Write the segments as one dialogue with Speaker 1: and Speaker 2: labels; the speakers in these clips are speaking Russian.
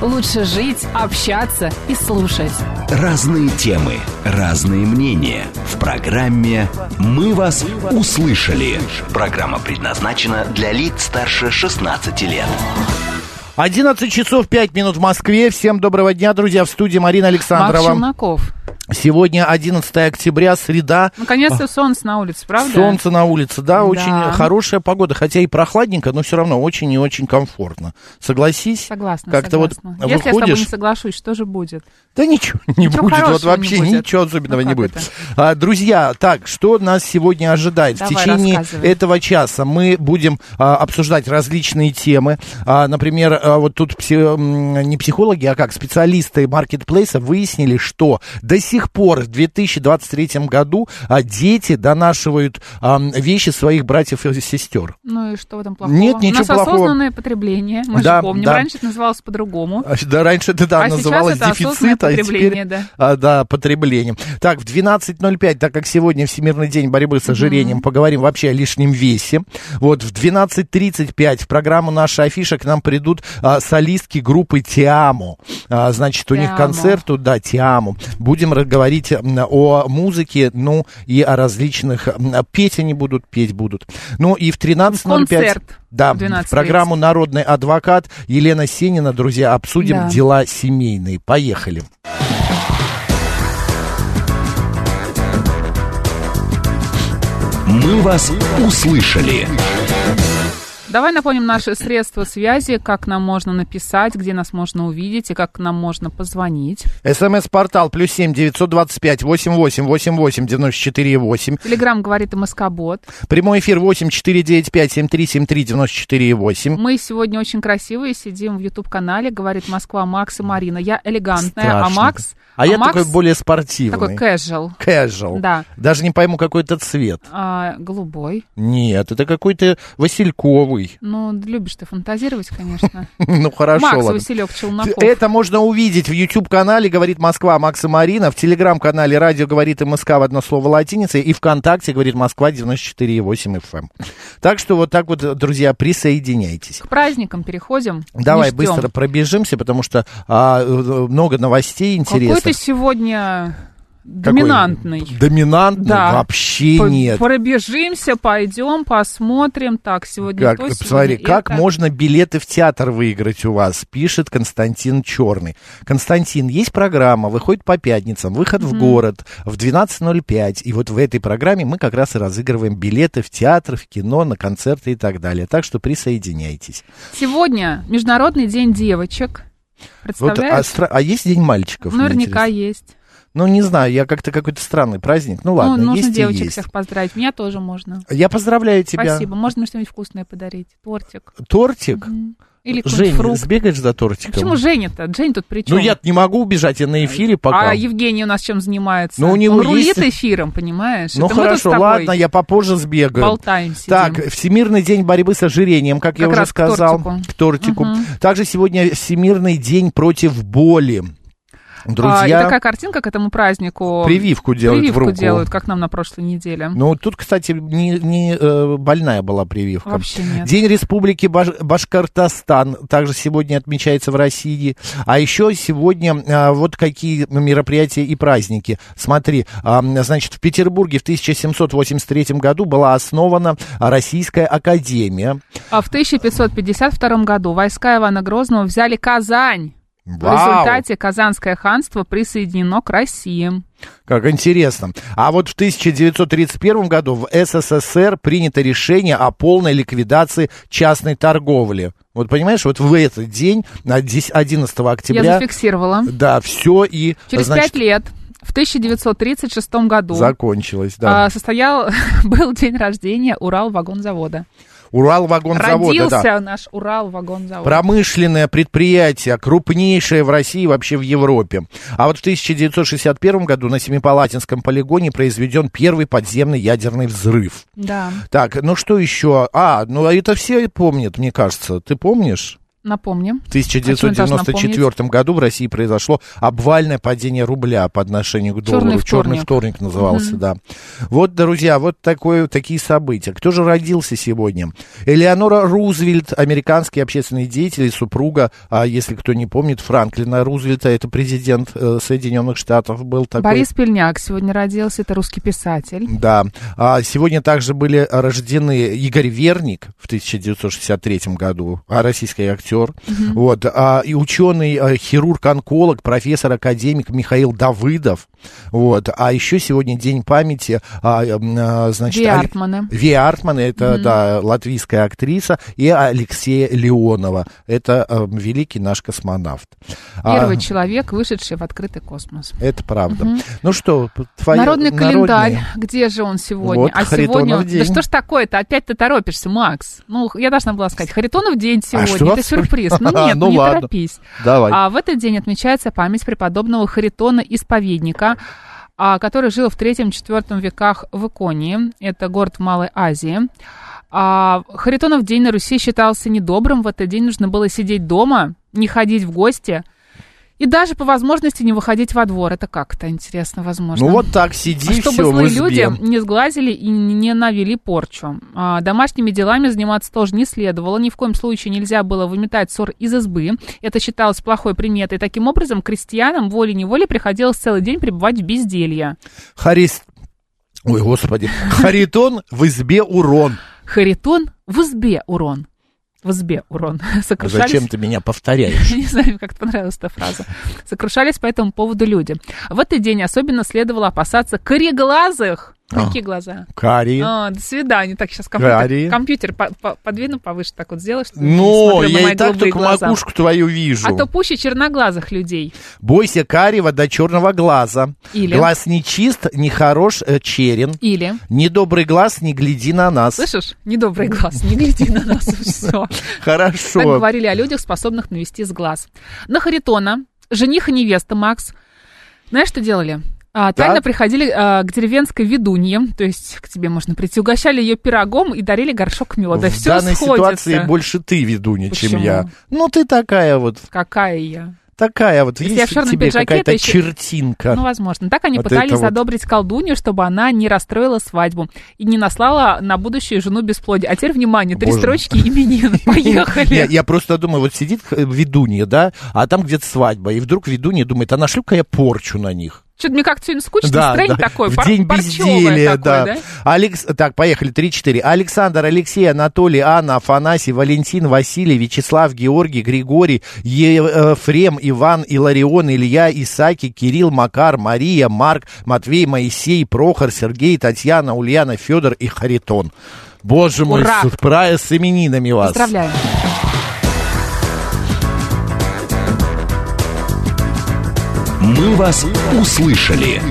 Speaker 1: лучше жить, общаться и слушать.
Speaker 2: Разные темы, разные мнения. В программе «Мы вас услышали». Программа предназначена для лиц старше 16 лет.
Speaker 3: 11 часов 5 минут в Москве. Всем доброго дня, друзья. В студии Марина
Speaker 1: Марк
Speaker 3: Александрова.
Speaker 1: Челноков.
Speaker 3: Сегодня 11 октября, среда.
Speaker 1: Наконец-то солнце на улице, правда?
Speaker 3: А. Солнце на улице, да,
Speaker 1: Да.
Speaker 3: очень хорошая погода, хотя и прохладненько, но все равно очень и очень комфортно. Согласись?
Speaker 1: Согласна,
Speaker 3: Как-то вот а
Speaker 1: согласна. Если я с тобой не
Speaker 3: выходишь,
Speaker 1: соглашусь, что же будет?
Speaker 3: да ничего не
Speaker 1: Ничего
Speaker 3: будет, вот
Speaker 1: хорошего не
Speaker 3: вообще
Speaker 1: будет.
Speaker 3: ничего особенного
Speaker 1: Ну,
Speaker 3: не
Speaker 1: как
Speaker 3: будет.
Speaker 1: это?
Speaker 3: А, друзья, так, что нас сегодня ожидает?
Speaker 1: Давай,
Speaker 3: В течение
Speaker 1: рассказывай.
Speaker 3: этого часа мы будем а, обсуждать различные темы. А, например, а, вот тут пси- м, не психологи, а как специалисты маркетплейса выяснили, что до сих пор в 2023 году а, дети донашивают а, вещи своих братьев и сестер.
Speaker 1: Ну и что в этом плохого?
Speaker 3: Нет,
Speaker 1: У
Speaker 3: ничего
Speaker 1: нас
Speaker 3: плохого.
Speaker 1: осознанное потребление, мы
Speaker 3: Да,
Speaker 1: же помним.
Speaker 3: да.
Speaker 1: Раньше это называлось по-другому.
Speaker 3: А, Да, раньше это да,
Speaker 1: Ну. А сейчас
Speaker 3: называлось
Speaker 1: это осознанное
Speaker 3: дефицит, а
Speaker 1: потребление,
Speaker 3: теперь
Speaker 1: да.
Speaker 3: а, да, потреблением. Так, в 12.05, так как сегодня Всемирный день борьбы с ожирением, поговорим вообще о лишнем весе. Вот в 12.35 в программу «Наша афиша» к нам придут а, солистки группы «Тиамо». А, значит, у них
Speaker 1: «Тиамо».
Speaker 3: концерт, да, «Тиамо». Будем ра- говорить м, о музыке, ну, и о различных... м, Петь они будут, петь будут. Ну, и в 13.05...
Speaker 1: Концерт
Speaker 3: Да,
Speaker 1: в
Speaker 3: в
Speaker 1: 12.30.
Speaker 3: программу «Народный адвокат» Елена Сенина. Друзья, обсудим
Speaker 1: Да.
Speaker 3: дела семейные. Поехали.
Speaker 2: «Мы вас услышали».
Speaker 1: Давай напомним наши средства связи, как нам можно написать, где нас можно увидеть и как нам можно позвонить.
Speaker 3: СМС-портал плюс семь девятьсот двадцать пять восемь восемь восемь восемь девяносто четыре восемь.
Speaker 1: Телеграм говорит МСК-бот.
Speaker 3: Прямой эфир восемь четыре девять пять семь три семь три девяносто четыре восемь.
Speaker 1: Мы сегодня очень красивые, сидим в YouTube-канале, говорит Москва Макс и Марина. Я элегантная, а
Speaker 3: Страшно.
Speaker 1: Макс...
Speaker 3: А, я
Speaker 1: Макс
Speaker 3: такой более спортивный.
Speaker 1: Такой casual,
Speaker 3: casual.
Speaker 1: Да.
Speaker 3: Даже не пойму, какой это цвет.
Speaker 1: а, голубой.
Speaker 3: Нет, это какой-то васильковый.
Speaker 1: Ну, любишь ты фантазировать, конечно.
Speaker 3: ну, хорошо,
Speaker 1: Макс
Speaker 3: ладно.
Speaker 1: Василек Челноков.
Speaker 3: Это можно увидеть в YouTube-канале «Говорит Москва» Макса Марина, в Телеграм-канале «Радио говорит МСК» в одно слово латиница и ВКонтакте «Говорит Москва» 94,8 FM. эм. Так что вот так вот, друзья, присоединяйтесь.
Speaker 1: К праздникам переходим.
Speaker 3: Давай
Speaker 1: Не ждем.
Speaker 3: быстро пробежимся, потому что а, э, много новостей
Speaker 1: Какой
Speaker 3: интересных.
Speaker 1: ты сегодня
Speaker 3: Какой?
Speaker 1: доминантный.
Speaker 3: Доминантный?
Speaker 1: Да.
Speaker 3: Вообще
Speaker 1: П-
Speaker 3: нет.
Speaker 1: Пробежимся, пойдем, посмотрим. Так, сегодня
Speaker 3: Как,
Speaker 1: то, сегодня
Speaker 3: посмотри, как
Speaker 1: это.
Speaker 3: можно билеты в театр выиграть у вас, пишет Константин Черный. Константин, есть программа, выходит по пятницам, выход в город в 12.05. И вот в этой программе мы как раз и разыгрываем билеты в театр, в кино, на концерты и так далее. Так что присоединяйтесь.
Speaker 1: Сегодня Международный день девочек.
Speaker 3: Вот, а,
Speaker 1: Представляешь?
Speaker 3: стра- а есть День мальчиков? мне
Speaker 1: Наверняка
Speaker 3: интересно?
Speaker 1: есть.
Speaker 3: Ну, не знаю, я как-то какой-то странный праздник. Ну, ладно,
Speaker 1: ну, нужно
Speaker 3: есть и
Speaker 1: девочек
Speaker 3: есть.
Speaker 1: всех поздравить. Меня тоже можно.
Speaker 3: Я поздравляю тебя.
Speaker 1: Спасибо. Можно мне что-нибудь вкусное подарить. Тортик.
Speaker 3: Тортик?
Speaker 1: М. Или какой-нибудь
Speaker 3: Жень,
Speaker 1: фрукт.
Speaker 3: сбегаешь за
Speaker 1: А
Speaker 3: тортиком?
Speaker 1: Почему Женя-то? Жень тут при чем?
Speaker 3: ну, я не могу убежать, я на эфире пока.
Speaker 1: А Евгений у нас чем занимается?
Speaker 3: Ну, у него
Speaker 1: Он рулит
Speaker 3: есть-
Speaker 1: эфиром, понимаешь?
Speaker 3: Ну
Speaker 1: Это А, мы тут с
Speaker 3: хорошо,
Speaker 1: тобой
Speaker 3: ладно, я попозже сбегаю.
Speaker 1: Болтаем сидим.
Speaker 3: Так, Всемирный день борьбы с ожирением, как, я
Speaker 1: Как
Speaker 3: уже
Speaker 1: раз к
Speaker 3: сказал,
Speaker 1: тортику.
Speaker 3: к тортику.
Speaker 1: Мгм.
Speaker 3: Также сегодня Всемирный день против боли.
Speaker 1: А, и
Speaker 3: Друзья,
Speaker 1: такая картинка к этому празднику.
Speaker 3: прививку делают
Speaker 1: Прививку
Speaker 3: в руку.
Speaker 1: делают, как нам на прошлой неделе.
Speaker 3: Ну, тут, кстати, не, не, э, больная была прививка.
Speaker 1: Вообще нет.
Speaker 3: День Республики Баш- Башкортостан также сегодня отмечается в России. А еще сегодня а, вот какие мероприятия и праздники. Смотри, а, м, значит, в Петербурге в 1783 году была основана Российская Академия.
Speaker 1: А в 1552 году войска Ивана Грозного взяли Казань. В
Speaker 3: Вау!
Speaker 1: результате Казанское ханство присоединено к России.
Speaker 3: Как интересно. А вот в 1931 году в СССР принято решение о полной ликвидации частной торговли. Вот понимаешь, вот в этот день, на 10 11 октября...
Speaker 1: Я зафиксировала.
Speaker 3: Да, все и
Speaker 1: Через
Speaker 3: значит,
Speaker 1: пять лет, в 1936 году,
Speaker 3: закончилось, да.
Speaker 1: а, состоял, был день рождения Урал вагонзавода.
Speaker 3: Уралвагонзавода,
Speaker 1: Родился
Speaker 3: да.
Speaker 1: наш Урал вагонзавод.
Speaker 3: Промышленное предприятие, крупнейшее в России и вообще в Европе. А вот в 1961 году на Семипалатинском полигоне произведен первый подземный ядерный взрыв.
Speaker 1: Да,
Speaker 3: Так, ну что еще? А, ну а это все помнят, мне кажется. Ты помнишь?
Speaker 1: напомним.
Speaker 3: В
Speaker 1: А что он
Speaker 3: 1994 году в России произошло обвальное падение рубля по отношению к доллару.
Speaker 1: Чёрный вторник.
Speaker 3: вторник назывался, да. Вот, друзья, вот такое, такие события. Кто же родился сегодня? Элеонора Рузвельт, американский общественный деятель и супруга, а если кто не помнит, Франклина Рузвельта, это президент э, Соединенных Штатов был такой.
Speaker 1: Борис Пельняк сегодня родился, это русский писатель.
Speaker 3: Да. А сегодня также были рождены Игорь Верник в 1963 году, а, российский актер. Вот. А, и ученый, а, хирург-онколог, профессор-академик Михаил Давыдов. Вот. А еще сегодня день памяти, а, м, а, значит...
Speaker 1: Ве
Speaker 3: Али-
Speaker 1: Артмане.
Speaker 3: Ви Артман, это, да, латвийская актриса, и Алексея Леонова, это э, великий наш космонавт. А,
Speaker 1: Первый человек, вышедший в открытый космос.
Speaker 3: это правда. Ну что, твоя
Speaker 1: Народный календарь.
Speaker 3: народная?
Speaker 1: Где же он сегодня?
Speaker 3: Вот,
Speaker 1: а
Speaker 3: Харитонов
Speaker 1: сегодня...
Speaker 3: день.
Speaker 1: Да что ж такое-то? Опять ты торопишься, Макс. Ну, я должна была сказать, Харитонов день сегодня.
Speaker 3: А что?
Speaker 1: Это сюрприз. Ну нет,
Speaker 3: Ну
Speaker 1: не
Speaker 3: ладно.
Speaker 1: торопись.
Speaker 3: Давай.
Speaker 1: А в этот день отмечается память преподобного Харитона-исповедника, а, который жил в III-IV веках в Иконии. Это город в Малой Азии. А, Харитонов день на Руси считался недобрым. В этот день нужно было сидеть дома, не ходить в гости и даже по возможности не выходить во двор. Это как-то интересно, возможно.
Speaker 3: Ну вот так
Speaker 1: А
Speaker 3: сиди,
Speaker 1: чтобы
Speaker 3: все, в
Speaker 1: злые
Speaker 3: избе.
Speaker 1: люди не сглазили и не навели порчу. А, домашними делами заниматься тоже не следовало. Ни в коем случае нельзя было выметать ссор из избы. Это считалось плохой приметой. Таким образом, крестьянам волей-неволей приходилось целый день пребывать в безделье.
Speaker 3: Харис... Ой, господи. Харитон в избе урон.
Speaker 1: Харитон в избе урон. В избе урон. Сокращались
Speaker 3: Зачем ты меня повторяешь?
Speaker 1: Не знаю, как понравилась эта фраза. Сокрушались по этому поводу люди. В этот день особенно следовало опасаться кореглазых.
Speaker 3: А.
Speaker 1: Какие глаза?
Speaker 3: Кари.
Speaker 1: А, до свидания. Так, сейчас компьютер,
Speaker 3: Гарри.
Speaker 1: компьютер по- по- подвину повыше, так вот сделаю, чтобы
Speaker 3: Ну,
Speaker 1: не смотрел на
Speaker 3: я
Speaker 1: мои
Speaker 3: и так
Speaker 1: голубые
Speaker 3: только
Speaker 1: глаза.
Speaker 3: макушку твою вижу.
Speaker 1: А то пуще черноглазых людей.
Speaker 3: Бойся карего до черного глаза.
Speaker 1: Или?
Speaker 3: Глаз нечист, нехорош, э, черен.
Speaker 1: Или,
Speaker 3: Недобрый глаз, не гляди на нас.
Speaker 1: слышишь, недобрый глаз, не гляди на нас, все. Так
Speaker 3: Хорошо.
Speaker 1: говорили о людях, способных навести с глаз. На Харитона, жених и невеста Макс, знаешь, что делали? А, тайно
Speaker 3: Так.
Speaker 1: приходили а, к деревенской ведунье, то есть к тебе можно прийти, угощали ее пирогом и дарили горшок меда.
Speaker 3: В
Speaker 1: все
Speaker 3: данной
Speaker 1: сходится.
Speaker 3: ситуации больше ты ведунья, чем
Speaker 1: Почему?
Speaker 3: я. Ну, ты такая вот,
Speaker 1: Какая я?
Speaker 3: такая вот.
Speaker 1: Если
Speaker 3: есть
Speaker 1: я в чёрном
Speaker 3: тебе
Speaker 1: пиджаке,
Speaker 3: какая-то
Speaker 1: то ещё-
Speaker 3: чертинка.
Speaker 1: Ну, возможно. Так они
Speaker 3: А, Вот
Speaker 1: пытались
Speaker 3: это вот.
Speaker 1: задобрить колдунью, чтобы она не расстроила свадьбу и не наслала на будущую жену бесплодие. А теперь, внимание, три
Speaker 3: Боже.
Speaker 1: строчки именин.
Speaker 3: Я,
Speaker 1: Поехали.
Speaker 3: я просто думаю, вот сидит э, ведунья, да, а там где-то свадьба, и вдруг ведунья думает, а нашлю-ка я порчу на них.
Speaker 1: Что-то мне как-то сегодня скучно,
Speaker 3: да,
Speaker 1: настроение
Speaker 3: да.
Speaker 1: такое,
Speaker 3: в
Speaker 1: пар-
Speaker 3: день
Speaker 1: парчевое
Speaker 3: безделия,
Speaker 1: такое,
Speaker 3: да. Алекс... Так, поехали, 3-4. Александр, Алексей, Анатолий, Анна, Афанасий, Валентин, Василий, Вячеслав, Георгий, Григорий, Ефрем, Иван, Иларион, Илья, Исаки, Кирилл, Макар, Мария, Марк, Матвей, Моисей, Прохор, Сергей, Татьяна, Ульяна, Федор и Харитон. Боже мой,
Speaker 1: Ура!
Speaker 3: с- правя с именинами вас.
Speaker 1: Поздравляем.
Speaker 2: «Мы вас услышали».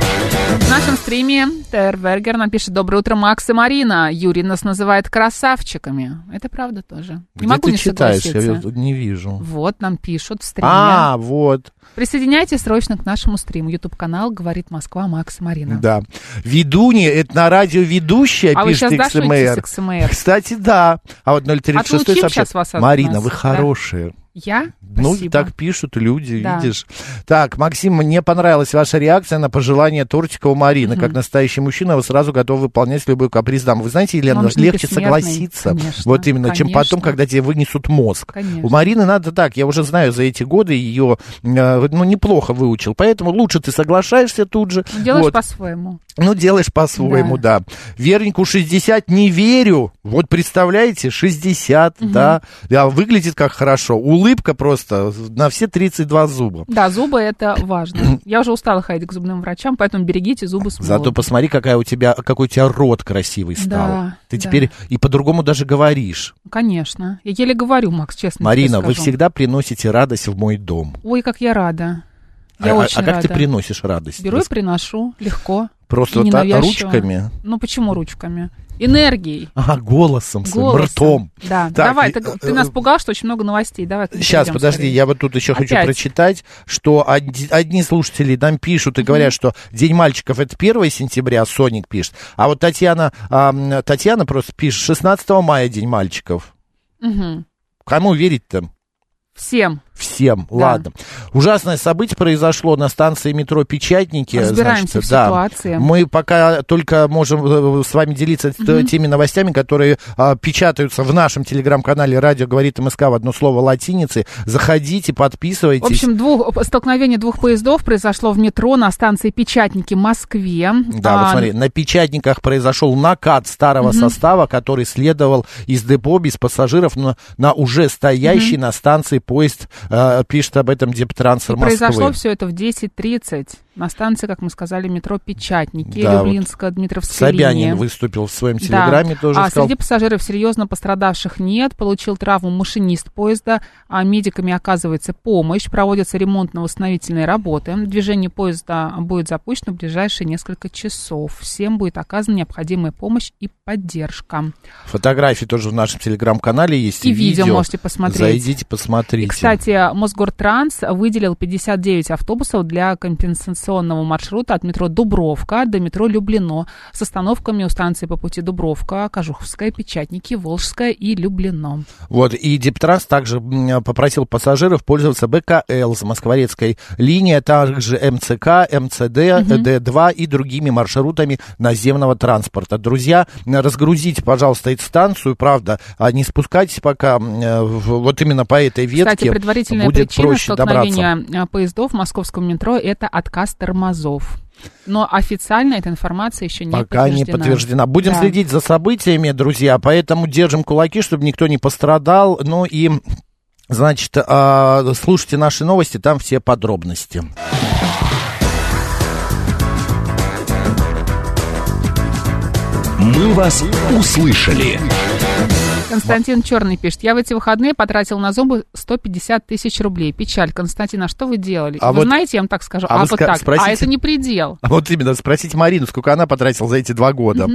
Speaker 1: В нашем стриме Тербергер нам пишет «Доброе утро, Макс и Марина. Юрий нас называет красавчиками». Это правда тоже.
Speaker 3: Где
Speaker 1: не могу
Speaker 3: ты
Speaker 1: не
Speaker 3: читаешь? Я
Speaker 1: согласиться.
Speaker 3: вот не вижу.
Speaker 1: Вот нам пишут в стриме.
Speaker 3: А, вот,
Speaker 1: Присоединяйтесь срочно к нашему стриму. Ютуб-канал «Говорит Москва» Макс и Марина.
Speaker 3: да. Ведунья, это на радио ведущая,
Speaker 1: А вы
Speaker 3: пишет
Speaker 1: сейчас дошутитесь
Speaker 3: XMR.
Speaker 1: с XMR?
Speaker 3: Кстати, да. А вот 036
Speaker 1: Отлучим
Speaker 3: сообщает.
Speaker 1: сейчас вас от
Speaker 3: Марина,
Speaker 1: нас,
Speaker 3: вы
Speaker 1: да?
Speaker 3: хорошие.
Speaker 1: Я?
Speaker 3: Ну,
Speaker 1: Спасибо.
Speaker 3: так пишут люди,
Speaker 1: Да.
Speaker 3: видишь. Так, Максим, мне понравилась ваша реакция на пожелание тортика у Марины. Как настоящий мужчина, вы сразу готовы выполнять любой каприз дамы. Вы знаете, Елена,
Speaker 1: Он же не
Speaker 3: легче
Speaker 1: бессмертный.
Speaker 3: согласиться.
Speaker 1: Конечно,
Speaker 3: вот именно, чем
Speaker 1: конечно.
Speaker 3: потом, когда тебе вынесут мозг.
Speaker 1: Конечно.
Speaker 3: У Марины надо так, я уже знаю за эти годы ее, э, ну, неплохо выучил. Поэтому лучше ты соглашаешься тут же.
Speaker 1: Ну, Делаешь
Speaker 3: Вот.
Speaker 1: по-своему.
Speaker 3: Ну, делаешь по-своему, да. Вернику 60 не верю. Вот представляете, 60, да. Да, выглядит как хорошо. Улыбка просто на все 32 зуба.
Speaker 1: Да, зубы это важно. Я уже устала ходить к зубным врачам, поэтому берегите зубы с
Speaker 3: Зато
Speaker 1: молоду.
Speaker 3: посмотри, какая у тебя, какой у тебя рот красивый стал.
Speaker 1: Да,
Speaker 3: Ты
Speaker 1: да.
Speaker 3: теперь и по-другому даже говоришь.
Speaker 1: Конечно. Я еле говорю, Макс, честно. тебе
Speaker 3: Марина, вы
Speaker 1: скажу.
Speaker 3: всегда приносите радость в мой дом.
Speaker 1: Ой, как я рада. Я
Speaker 3: а, а-
Speaker 1: очень
Speaker 3: а как
Speaker 1: рада.
Speaker 3: ты приносишь радость?
Speaker 1: Беру и
Speaker 3: Рас-
Speaker 1: приношу легко.
Speaker 3: Просто
Speaker 1: и
Speaker 3: вот так
Speaker 1: ненавязчиво.
Speaker 3: ручками.
Speaker 1: Ну почему ручками? Энергией.
Speaker 3: Ага, голосом, своим,
Speaker 1: Голосом.
Speaker 3: ртом.
Speaker 1: Да.
Speaker 3: Так,
Speaker 1: Давай,
Speaker 3: и,
Speaker 1: ты,
Speaker 3: э,
Speaker 1: ты нас пугал, что очень много новостей. Давай.
Speaker 3: Сейчас,
Speaker 1: перейдем
Speaker 3: подожди,
Speaker 1: скорее.
Speaker 3: я вот тут еще хочу
Speaker 1: Опять.
Speaker 3: прочитать, что оди- одни слушатели нам пишут и говорят, что День мальчиков это 1 сентября, Соник пишет. А вот Татьяна, а, м, Татьяна просто пишет 16 мая День мальчиков.
Speaker 1: Мгм.
Speaker 3: Кому верить-то?
Speaker 1: Всем.
Speaker 3: Всем, ладно. Ужасное событие произошло на станции метро Печатники.
Speaker 1: Разбираемся
Speaker 3: значит,
Speaker 1: в
Speaker 3: да.
Speaker 1: ситуации.
Speaker 3: Мы пока только можем э, с вами делиться т- теми новостями, которые а, печатаются в нашем телеграм-канале «Радио говорит МСК» в одно слово латиницы. Заходите, подписывайтесь.
Speaker 1: В общем, двух, столкновение двух поездов произошло в метро на станции Печатники в Москве.
Speaker 3: Да, вот
Speaker 1: А,
Speaker 3: смотри, на печатниках произошел накат старого состава, который следовал из депо без пассажиров на, на уже стоящий на станции поезд, э, пишет об этом
Speaker 1: И
Speaker 3: Дептрансфер Москвы.
Speaker 1: произошло все это в 10.30 на станции, как мы сказали, метро Печатники,
Speaker 3: Да, вот.
Speaker 1: Люблинская, Дмитровская
Speaker 3: Собянин
Speaker 1: линия.
Speaker 3: выступил в своем
Speaker 1: Да.
Speaker 3: телеграме тоже,
Speaker 1: а
Speaker 3: сказал,
Speaker 1: среди пассажиров серьезно пострадавших нет. Получил травму машинист поезда, а медиками оказывается помощь. Проводятся ремонтно-восстановительные работы. Движение поезда будет запущено в ближайшие несколько часов. Всем будет оказана необходимая помощь и поддержка.
Speaker 3: фотографии тоже в нашем телеграм-канале есть.
Speaker 1: И видео можете посмотреть.
Speaker 3: Зайдите,
Speaker 1: И,
Speaker 3: посмотрите.
Speaker 1: кстати, Мосгортранс выделил 59 автобусов для компенсационного маршрута от метро Дубровка до метро Люблино с остановками у станции по пути Дубровка, Кожуховская, Печатники, Волжская и Люблино.
Speaker 3: Вот, и Дептранс также м, попросил пассажиров пользоваться БКЛ с Москворецкой линии, а также МЦК, МЦД, Д2 и другими маршрутами наземного транспорта. Друзья, м, разгрузите, пожалуйста, эту станцию, правда, а не спускайтесь пока м, э, в- вот именно по этой ветке.
Speaker 1: Кстати, предварительная
Speaker 3: будет
Speaker 1: причина
Speaker 3: проще добраться.
Speaker 1: столкновения э, поездов в московском метро – это отказ тормозов. Но официально эта информация еще не
Speaker 3: Пока не
Speaker 1: подтверждена.
Speaker 3: подтверждена. Будем
Speaker 1: Да.
Speaker 3: следить за событиями, друзья, поэтому держим кулаки, чтобы никто не пострадал. Ну и, значит, а, слушайте наши новости, там все подробности.
Speaker 2: «Мы вас услышали».
Speaker 1: Константин Черный пишет. Я в эти выходные потратил на зубы 150 тысяч рублей. Печаль. Константин, а что вы делали?
Speaker 3: А
Speaker 1: вы
Speaker 3: вот-
Speaker 1: знаете, я вам так скажу.
Speaker 3: а
Speaker 1: А,
Speaker 3: вы
Speaker 1: вот
Speaker 3: ска-
Speaker 1: так.
Speaker 3: спросите-
Speaker 1: А это не предел.
Speaker 3: А Вот именно, спросите Марину, сколько она потратила за эти два года.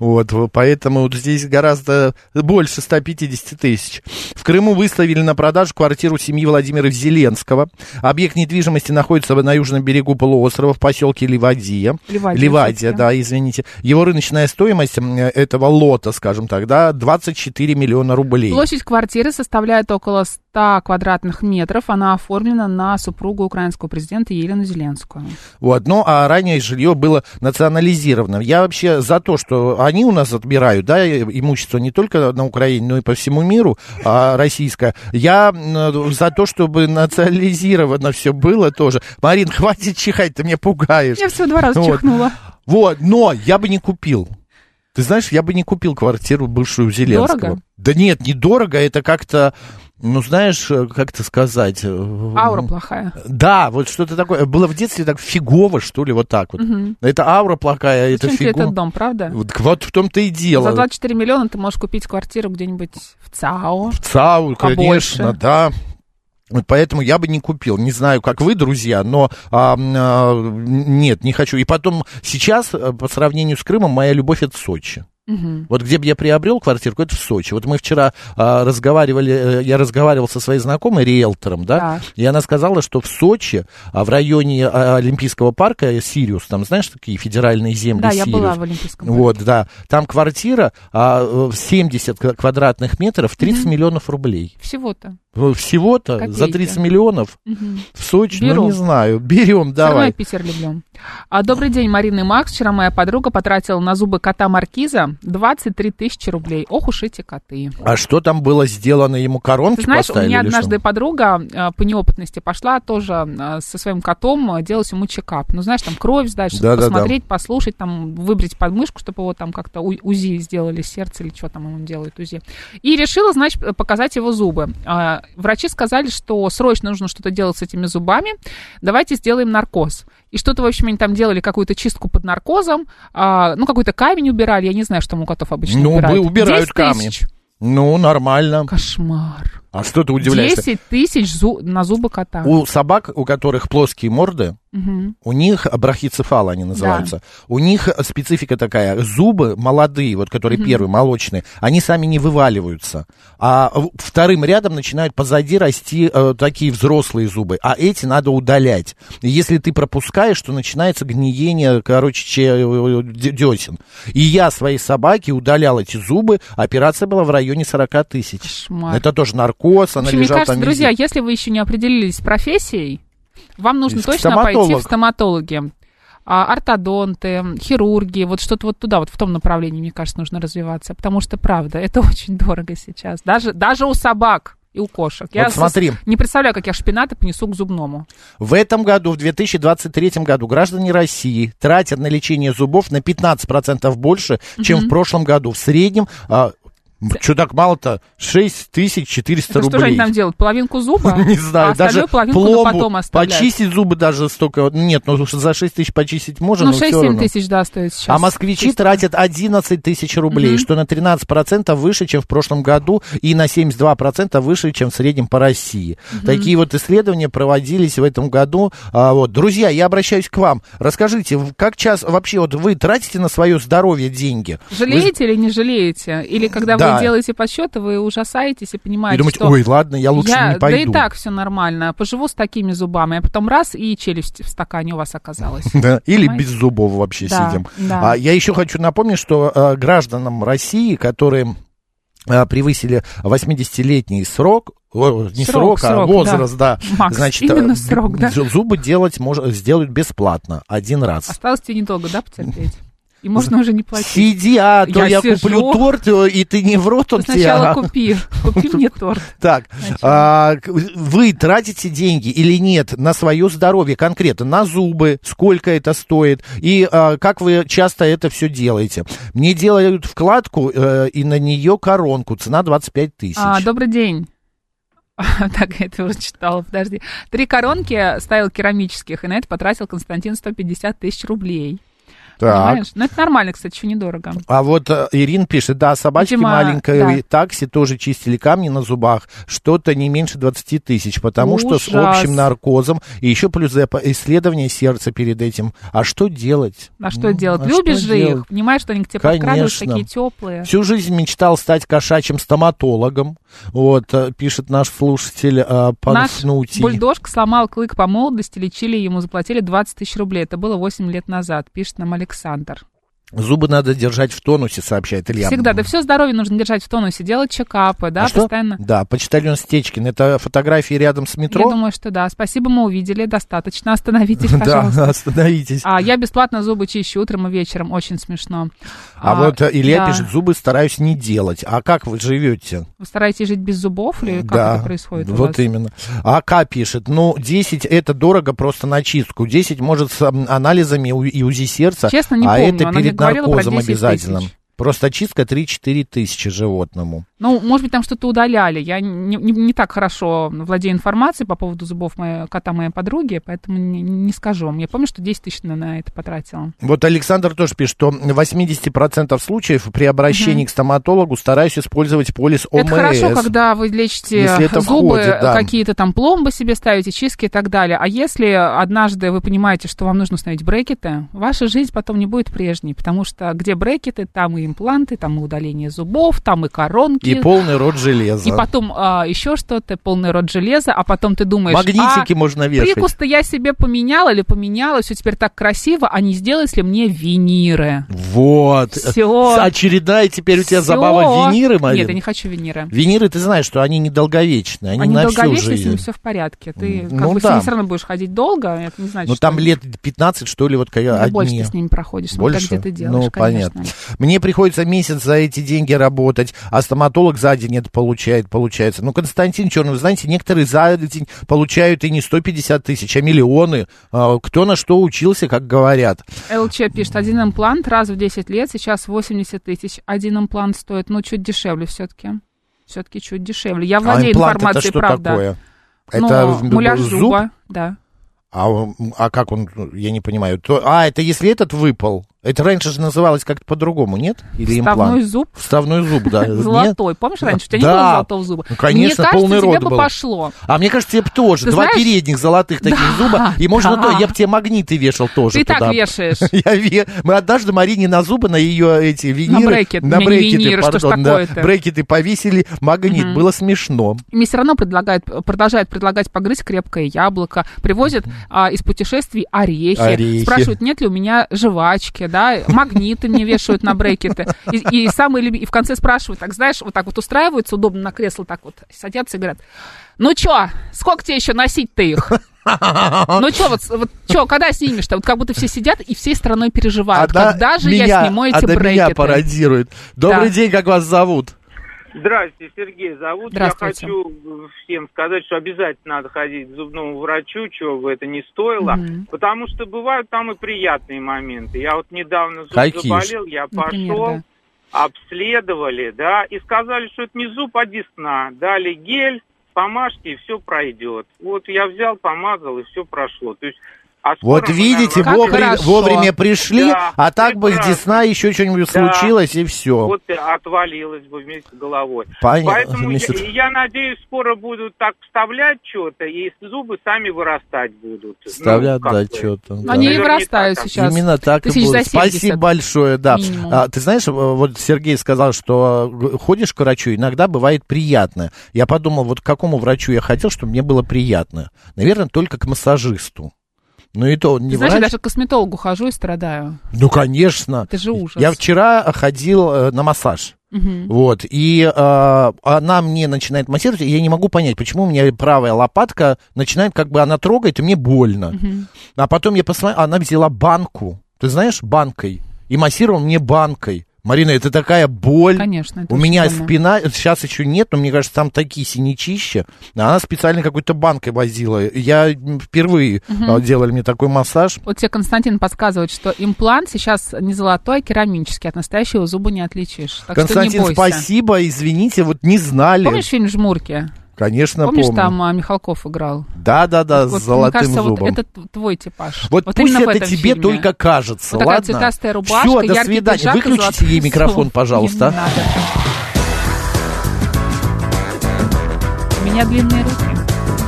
Speaker 3: Вот, в- поэтому вот здесь гораздо больше 150 тысяч. В Крыму выставили на продажу квартиру семьи Владимира Зеленского. Объект недвижимости находится на южном берегу полуострова в поселке Ливадия.
Speaker 1: Ливадия,
Speaker 3: Ливадия,
Speaker 1: всё-таки.
Speaker 3: да, извините. Его рыночная стоимость м, этого лота, скажем так, да, 24 миллиона рублей.
Speaker 1: Площадь квартиры составляет около 100 квадратных метров. Она оформлена на супругу украинского президента Елену Зеленскую.
Speaker 3: Вот, ну, а ранее жилье было национализировано. Я вообще за то, что они у нас отбирают, да, и- имущество не только на Украине, но и по всему миру а, российское. Я м, за то, чтобы национализировано все было тоже. Марин, хватит чихать, ты меня пугаешь.
Speaker 1: Я всего два раза
Speaker 3: Ну Вот.
Speaker 1: чихнула.
Speaker 3: Вот, но я бы не купил. Ты знаешь, я бы не купил квартиру бывшую Зеленского.
Speaker 1: Дорого?
Speaker 3: Да нет, недорого, это как-то, ну, знаешь, э, как это сказать... э,
Speaker 1: Аура плохая.
Speaker 3: да, вот что-то такое. Было в детстве так фигово, что ли, вот так вот. Это аура плохая, это
Speaker 1: Зачем тебе
Speaker 3: фигово.
Speaker 1: этот дом, правда?
Speaker 3: Вот, вот в том-то и дело.
Speaker 1: За 24 миллиона ты можешь купить квартиру где-нибудь в ЦАО.
Speaker 3: ЦАУ, конечно,
Speaker 1: Побольше.
Speaker 3: да. Вот поэтому я бы не купил. Не знаю, как вы, друзья, но а, м, а, нет, не хочу. И потом сейчас, э, по сравнению с Крымом, моя любовь это Сочи. Вот где бы я приобрел квартирку, это в Сочи. Вот мы вчера а, разговаривали, э, я разговаривал со своей знакомой риэлтором, да,
Speaker 1: Так.
Speaker 3: и она сказала, что в Сочи, а, в районе а, Олимпийского парка, э, Сириус, там, знаешь, такие федеральные земли
Speaker 1: Да, я
Speaker 3: Сириус.
Speaker 1: была в Олимпийском. парке.
Speaker 3: Вот, да. Там квартира а, э, 70 ква- квадратных метров, 30 миллионов рублей.
Speaker 1: Всего-то.
Speaker 3: Ну, Всего-то за
Speaker 1: Копейки.
Speaker 3: 30 миллионов в Сочи,
Speaker 1: Беру.
Speaker 3: ну не знаю, берем,
Speaker 1: Всё равно я
Speaker 3: давай.
Speaker 1: Питер люблю. А, добрый день, Марина и Макс. Вчера моя подруга потратила на зубы кота Маркиза 23 тысячи рублей. Ох уж эти коты.
Speaker 3: А что там было сделано? Ему коронки
Speaker 1: Ты знаешь, у
Speaker 3: поставили?
Speaker 1: меня
Speaker 3: или
Speaker 1: однажды
Speaker 3: что?
Speaker 1: подруга э, по неопытности пошла тоже э, со своим котом э, делать ему чекап. Ну, знаешь, там кровь сдать, что-то
Speaker 3: Да-да-да.
Speaker 1: посмотреть, послушать, там выбрить подмышку, чтобы его там как-то у- УЗИ сделали, сердце или что там ему делают УЗИ. И решила, значит, показать его зубы. А, Врачи сказали, что срочно нужно что-то делать с этими зубами. Давайте сделаем наркоз. И что-то, в общем, они там делали какую-то чистку под наркозом, а, ну, какой-то камень убирали. Я не знаю, что там у котов обычно
Speaker 3: Ну, бы-
Speaker 1: убирают.
Speaker 3: убирают
Speaker 1: 10 000.
Speaker 3: камни. Ну, нормально.
Speaker 1: Кошмар.
Speaker 3: А что ты удивляешься?
Speaker 1: 10 тысяч зу- на зубы кота.
Speaker 3: У собак, у которых плоские морды,
Speaker 1: Мгм.
Speaker 3: у них брахицефалы они называются. У них специфика такая. Зубы молодые, вот которые первые, молочные, они сами не вываливаются. А в- вторым рядом начинают позади расти э, такие взрослые зубы. А эти надо удалять. И если ты пропускаешь, то начинается гниение, короче, че- э, де- десен. И я своей собаке удалял эти зубы. Операция была в районе 40 тысяч.
Speaker 1: Кошмар.
Speaker 3: Это тоже наркоз,
Speaker 1: В
Speaker 3: она
Speaker 1: общем, мне
Speaker 3: лежала
Speaker 1: кажется,
Speaker 3: там
Speaker 1: друзья,
Speaker 3: везде.
Speaker 1: если вы еще не определились с профессией, вам нужно
Speaker 3: К
Speaker 1: точно пойти
Speaker 3: стоматолог.
Speaker 1: в стоматологи. А, ортодонты, хирурги, вот что-то вот туда, вот в том направлении, мне кажется, нужно развиваться. Потому что, правда, это очень дорого сейчас. Даже, даже у собак и у кошек.
Speaker 3: Вот смотри.
Speaker 1: не представляю, как я шпинаты понесу к зубному.
Speaker 3: В этом году, в 2023 году, граждане России тратят на лечение зубов на 15% больше, чем в прошлом году. В среднем, а, м, чё так мало-то, 6400
Speaker 1: Это Ну, что же они
Speaker 3: рублей.
Speaker 1: там делают? Половинку зуба?
Speaker 3: Не знаю,
Speaker 1: а
Speaker 3: даже
Speaker 1: остальную половинку на
Speaker 3: пломбу
Speaker 1: потом оставляют.
Speaker 3: почистить зубы даже столько... Нет, ну уж за 6 тысяч почистить можно,
Speaker 1: ну,
Speaker 3: но всё
Speaker 1: 6-7
Speaker 3: равно.
Speaker 1: тысяч, да, стоит сейчас.
Speaker 3: А москвичи тратят 11 тысяч рублей, что на 13% выше, чем в прошлом году, и на 72% выше, чем в среднем по России. Такие вот исследования проводились в этом году. А, вот. Друзья, я обращаюсь к вам. Расскажите, в- как час вообще вот вы тратите на свое здоровье деньги? Вы ж-
Speaker 1: Жалеете или не жалеете? Или когда
Speaker 3: Да.
Speaker 1: вы делаете подсчеты, вы ужасаетесь и понимаете,
Speaker 3: и думаете,
Speaker 1: что...
Speaker 3: ой, ладно, я лучше
Speaker 1: я-
Speaker 3: не пойду.
Speaker 1: Да и так все нормально. Поживу с такими зубами, а потом раз, и челюсть в стакане у вас оказалась.
Speaker 3: Да, или
Speaker 1: Понимаете?
Speaker 3: без зубов вообще
Speaker 1: Да,
Speaker 3: сидим.
Speaker 1: да.
Speaker 3: А, я еще хочу напомнить, что э, гражданам России, которые э, превысили 80-летний срок, о, не срок,
Speaker 1: Срок,
Speaker 3: а
Speaker 1: срок,
Speaker 3: возраст, да.
Speaker 1: Макс,
Speaker 3: э,
Speaker 1: именно срок, да.
Speaker 3: зу- Зубы делать можно, сделают бесплатно один раз.
Speaker 1: Осталось тебе недолго, да, потерпеть? И можно уже не платить.
Speaker 3: Сиди, а то я,
Speaker 1: Я сижу.
Speaker 3: куплю торт, э, и ты не в рот он
Speaker 1: Ты
Speaker 3: тебе,
Speaker 1: сначала
Speaker 3: а.
Speaker 1: купи. Купи мне торт.
Speaker 3: Так,
Speaker 1: Значит.
Speaker 3: а, к- вы тратите деньги или нет на свое здоровье конкретно, на зубы, сколько это стоит и а, как вы часто это все делаете? Мне делают вкладку э, и на нее коронку, цена 25 тысяч.
Speaker 1: А, добрый день. Так, я это уже читала, подожди. Три коронки ставил керамических, и на это потратил Константин 150 тысяч рублей.
Speaker 3: так.
Speaker 1: Понимаешь? Ну, это нормально, кстати, еще недорого.
Speaker 3: А вот э, Ирин пишет, да, собачки
Speaker 1: Видимо,
Speaker 3: маленькой
Speaker 1: да.
Speaker 3: и такси тоже чистили камни на зубах, что-то не меньше 20 тысяч, потому что с
Speaker 1: Ужас.
Speaker 3: общим наркозом и еще плюс э, по- исследование сердца перед этим. А что делать?
Speaker 1: А что
Speaker 3: М,
Speaker 1: делать?
Speaker 3: а
Speaker 1: Любишь
Speaker 3: что
Speaker 1: же
Speaker 3: делать?
Speaker 1: их, понимаешь, что они к тебе
Speaker 3: Конечно.
Speaker 1: подкрадываются, такие теплые.
Speaker 3: Всю жизнь мечтал стать кошачьим стоматологом. Вот, э, пишет наш слушатель э,
Speaker 1: Наш
Speaker 3: Панфнутий.
Speaker 1: бульдожка сломал клык по молодости, лечили ему, заплатили 20 тысяч рублей. Это было 8 лет назад, пишет нам Александр.
Speaker 3: Зубы надо держать в тонусе, сообщает Илья.
Speaker 1: Всегда, да все здоровье нужно держать в тонусе, делать чекапы, да,
Speaker 3: А что?
Speaker 1: постоянно.
Speaker 3: Да, почтальон Стечкин. Это фотографии рядом с метро?
Speaker 1: Я думаю, что да. Спасибо, мы увидели, достаточно. Остановитесь,
Speaker 3: да,
Speaker 1: пожалуйста.
Speaker 3: остановитесь. А,
Speaker 1: А я бесплатно зубы чищу утром и вечером, очень смешно. А,
Speaker 3: вот э,
Speaker 1: да.
Speaker 3: Илья пишет, зубы стараюсь не делать. А как вы живете?
Speaker 1: Вы стараетесь жить без зубов или как
Speaker 3: да,
Speaker 1: это происходит у
Speaker 3: вот
Speaker 1: вас?
Speaker 3: именно. АК пишет, ну, 10 это дорого просто на чистку. 10 может с м, анализами у- и УЗИ сердца.
Speaker 1: Честно, не
Speaker 3: а
Speaker 1: помню.
Speaker 3: это
Speaker 1: Она мне
Speaker 3: перед
Speaker 1: говорила про
Speaker 3: наркозом
Speaker 1: 10 тысяч.
Speaker 3: обязательно. Просто чистка 3-4 тысячи животному.
Speaker 1: Ну, может быть, там что-то удаляли. Я не, не- не так хорошо владею информацией по поводу зубов моей, кота моей подруги, поэтому не, не скажу вам. Я помню, что 10 тысяч на- на это потратила.
Speaker 3: Вот Александр тоже пишет, что в 80% случаев при обращении к стоматологу стараюсь использовать полис ОМС.
Speaker 1: Это хорошо, когда вы лечите
Speaker 3: Если это
Speaker 1: зубы,
Speaker 3: входит, да.
Speaker 1: какие-то там пломбы себе ставите, чистки и так далее. А если однажды вы понимаете, что вам нужно установить брекеты, ваша жизнь потом не будет прежней, потому что где брекеты, там и импланты, там и удаление зубов, там и коронки.
Speaker 3: И полный рот железа.
Speaker 1: И потом а, еще что-то, полный рот железа, а потом ты думаешь... а,
Speaker 3: Магнитики можно вешать.
Speaker 1: Прикус-то я себе поменяла или поменяла, все теперь так красиво, а не сделать ли мне виниры?
Speaker 3: Вот.
Speaker 1: Всё.
Speaker 3: Очередная э, а теперь у тебя
Speaker 1: Всё.
Speaker 3: забава виниры, Марин.
Speaker 1: Нет, я не хочу виниры.
Speaker 3: Виниры, ты знаешь, что они недолговечные, они,
Speaker 1: Они
Speaker 3: на всю
Speaker 1: долговечны, с ними
Speaker 3: жизнь.
Speaker 1: все в порядке. Ты
Speaker 3: М,
Speaker 1: как
Speaker 3: ну
Speaker 1: бы
Speaker 3: да.
Speaker 1: с ними все равно будешь ходить долго, а это не значит,
Speaker 3: Ну
Speaker 1: что
Speaker 3: там лет 15, что ли, вот когда
Speaker 1: ты
Speaker 3: одни.
Speaker 1: больше ты с ними проходишь.
Speaker 3: Больше?
Speaker 1: Больше? где ты делаешь,
Speaker 3: ну,
Speaker 1: конечно.
Speaker 3: понятно. Мне приходится месяц за эти деньги работать, а стоматолог за день это получает, получается. Ну, Константин Чернов, знаете, некоторые за день получают и не 150 тысяч, а миллионы. А, Кто на что учился, как говорят.
Speaker 1: ЛЧ пишет, один имплант раз в 10 лет, сейчас 80 тысяч. Один имплант стоит, ну, чуть дешевле все-таки. Все-таки чуть дешевле. Я
Speaker 3: а
Speaker 1: владею
Speaker 3: имплант это
Speaker 1: информацией,
Speaker 3: что
Speaker 1: правда.
Speaker 3: такое?
Speaker 1: Ну,
Speaker 3: Это в-
Speaker 1: муляж
Speaker 3: зуб?
Speaker 1: зуба, да.
Speaker 3: ну, А, он- а как он, я не понимаю. То- а, это если этот выпал. Это раньше же называлось как-то по-другому, нет? Или
Speaker 1: Вставной
Speaker 3: имплант?
Speaker 1: зуб?
Speaker 3: Вставной зуб, да. А, Нет?
Speaker 1: Золотой. Помнишь, раньше у тебя не
Speaker 3: Да.
Speaker 1: было золотого зуба?
Speaker 3: Ну, конечно,
Speaker 1: Мне кажется,
Speaker 3: полный
Speaker 1: тебе
Speaker 3: рот
Speaker 1: бы
Speaker 3: был.
Speaker 1: пошло.
Speaker 3: А мне кажется, тебе бы тоже.
Speaker 1: Ты
Speaker 3: Два
Speaker 1: знаешь-
Speaker 3: передних золотых таких зуба. И можно
Speaker 1: да.
Speaker 3: то, я бы тебе магниты вешал тоже
Speaker 1: Ты и так
Speaker 3: туда.
Speaker 1: вешаешь.
Speaker 3: Я ве- Мы однажды Марине на зубы, на ее эти виниры...
Speaker 1: брекет. У меня не виниры, что ж
Speaker 3: пардон, да,
Speaker 1: такое-то?
Speaker 3: брекеты повесили, магнит. Было смешно.
Speaker 1: И Мне все равно предлагают, э, продолжают предлагать погрызть крепкое яблоко, привозят а, из путешествий орехи,
Speaker 3: Орехи.
Speaker 1: спрашивают, нет ли у меня жвачки, да, магниты мне вешают на брекеты. И, и самые люби- и в конце спрашивают, так знаешь, вот так вот устраиваются удобно на кресло, так вот садятся и говорят, ну чё, сколько тебе еще носить-то их? Ну чё, вот, вот чё, когда снимешь-то? Вот как будто все сидят и всей страной переживают.
Speaker 3: Она
Speaker 1: когда же я
Speaker 3: меня-
Speaker 1: сниму эти
Speaker 3: она меня
Speaker 1: брекеты?
Speaker 3: пародирует. Добрый
Speaker 1: Да.
Speaker 3: день, как вас зовут?
Speaker 4: Здравствуйте, Сергей зовут.
Speaker 1: Здравствуйте.
Speaker 4: Я хочу всем сказать, что обязательно надо ходить к зубному врачу, чего бы это не стоило.
Speaker 1: Мгм.
Speaker 4: Потому что бывают там и приятные моменты. Я вот недавно зуб
Speaker 3: Какие ж?
Speaker 4: заболел, я
Speaker 1: Например,
Speaker 4: пошел,
Speaker 1: да.
Speaker 4: обследовали, да, и сказали, что это не зуб, а десна. Дали гель, помажьте, и все пройдет. Вот я взял, помазал, и все прошло. То есть, а скоро
Speaker 3: Вот
Speaker 4: мы,
Speaker 3: видите,
Speaker 4: наверное,
Speaker 1: Как
Speaker 3: вовремя,
Speaker 1: хорошо.
Speaker 3: вовремя пришли,
Speaker 4: Да,
Speaker 3: а так бы с
Speaker 4: прекрасно.
Speaker 3: Десна еще что-нибудь
Speaker 4: Да.
Speaker 3: случилось, и все.
Speaker 4: вот ну, и отвалилось бы вместе с головой. Поэтому
Speaker 3: Понятно.
Speaker 4: я, я надеюсь, скоро будут так вставлять что-то, и зубы сами вырастать будут. Ну,
Speaker 3: Вставлят,
Speaker 4: как
Speaker 3: да,
Speaker 4: бы.
Speaker 3: что-то.
Speaker 1: Но Они и
Speaker 4: Наверняка
Speaker 1: вырастают
Speaker 4: так.
Speaker 1: сейчас.
Speaker 3: Именно так и
Speaker 1: Тысяч
Speaker 3: было.
Speaker 1: за 70.
Speaker 3: Спасибо большое, да.
Speaker 1: Минимум.
Speaker 3: А, ты знаешь, э, вот Сергей сказал, что э, ходишь к врачу, иногда бывает приятно. Я подумал, вот к какому врачу я хотел, чтобы мне было приятно. Наверное, только к массажисту. Ну и то он не
Speaker 1: Ты знаешь, я
Speaker 3: врач.
Speaker 1: даже к косметологу хожу и страдаю.
Speaker 3: Ну, конечно.
Speaker 1: Это же ужас.
Speaker 3: Я вчера ходил э, на массаж.
Speaker 1: Мгм.
Speaker 3: Вот, и э, она мне начинает массировать, и я не могу понять, почему у меня правая лопатка начинает, как бы она трогает, и мне больно. А потом я посмотрел, она взяла банку, ты знаешь, банкой, и массировала мне банкой. Марина, это такая боль.
Speaker 1: Конечно. это
Speaker 3: У
Speaker 1: очень
Speaker 3: меня
Speaker 1: больно.
Speaker 3: спина, сейчас еще нет, но мне кажется, там такие синячища. А Она специально какой-то банкой возила. Я м, впервые э, делали мне такой массаж.
Speaker 1: Вот тебе Константин подсказывает, что имплант сейчас не золотой, а керамический. От настоящего зуба не отличишь. Так что
Speaker 3: Константин,
Speaker 1: не бойся.
Speaker 3: спасибо, извините, вот не знали.
Speaker 1: Помнишь фильм «Жмурки»?
Speaker 3: Конечно,
Speaker 1: Помнишь,
Speaker 3: помню.
Speaker 1: там а, Михалков играл?
Speaker 3: Да, да, да,
Speaker 1: Вот,
Speaker 3: с золотым
Speaker 1: мне кажется,
Speaker 3: зубом.
Speaker 1: вот это т- твой типаж.
Speaker 3: Вот, пусть
Speaker 1: именно в
Speaker 3: это
Speaker 1: этом
Speaker 3: тебе
Speaker 1: фильме.
Speaker 3: только кажется,
Speaker 1: Вот такая
Speaker 3: ладно?
Speaker 1: цветастая рубашка,
Speaker 3: Все, до
Speaker 1: яркий
Speaker 3: свидания.
Speaker 1: пиджак и
Speaker 3: Выключите
Speaker 1: золотой
Speaker 3: ей микрофон,
Speaker 1: зуб.
Speaker 3: пожалуйста.
Speaker 1: Не надо. У меня длинные руки.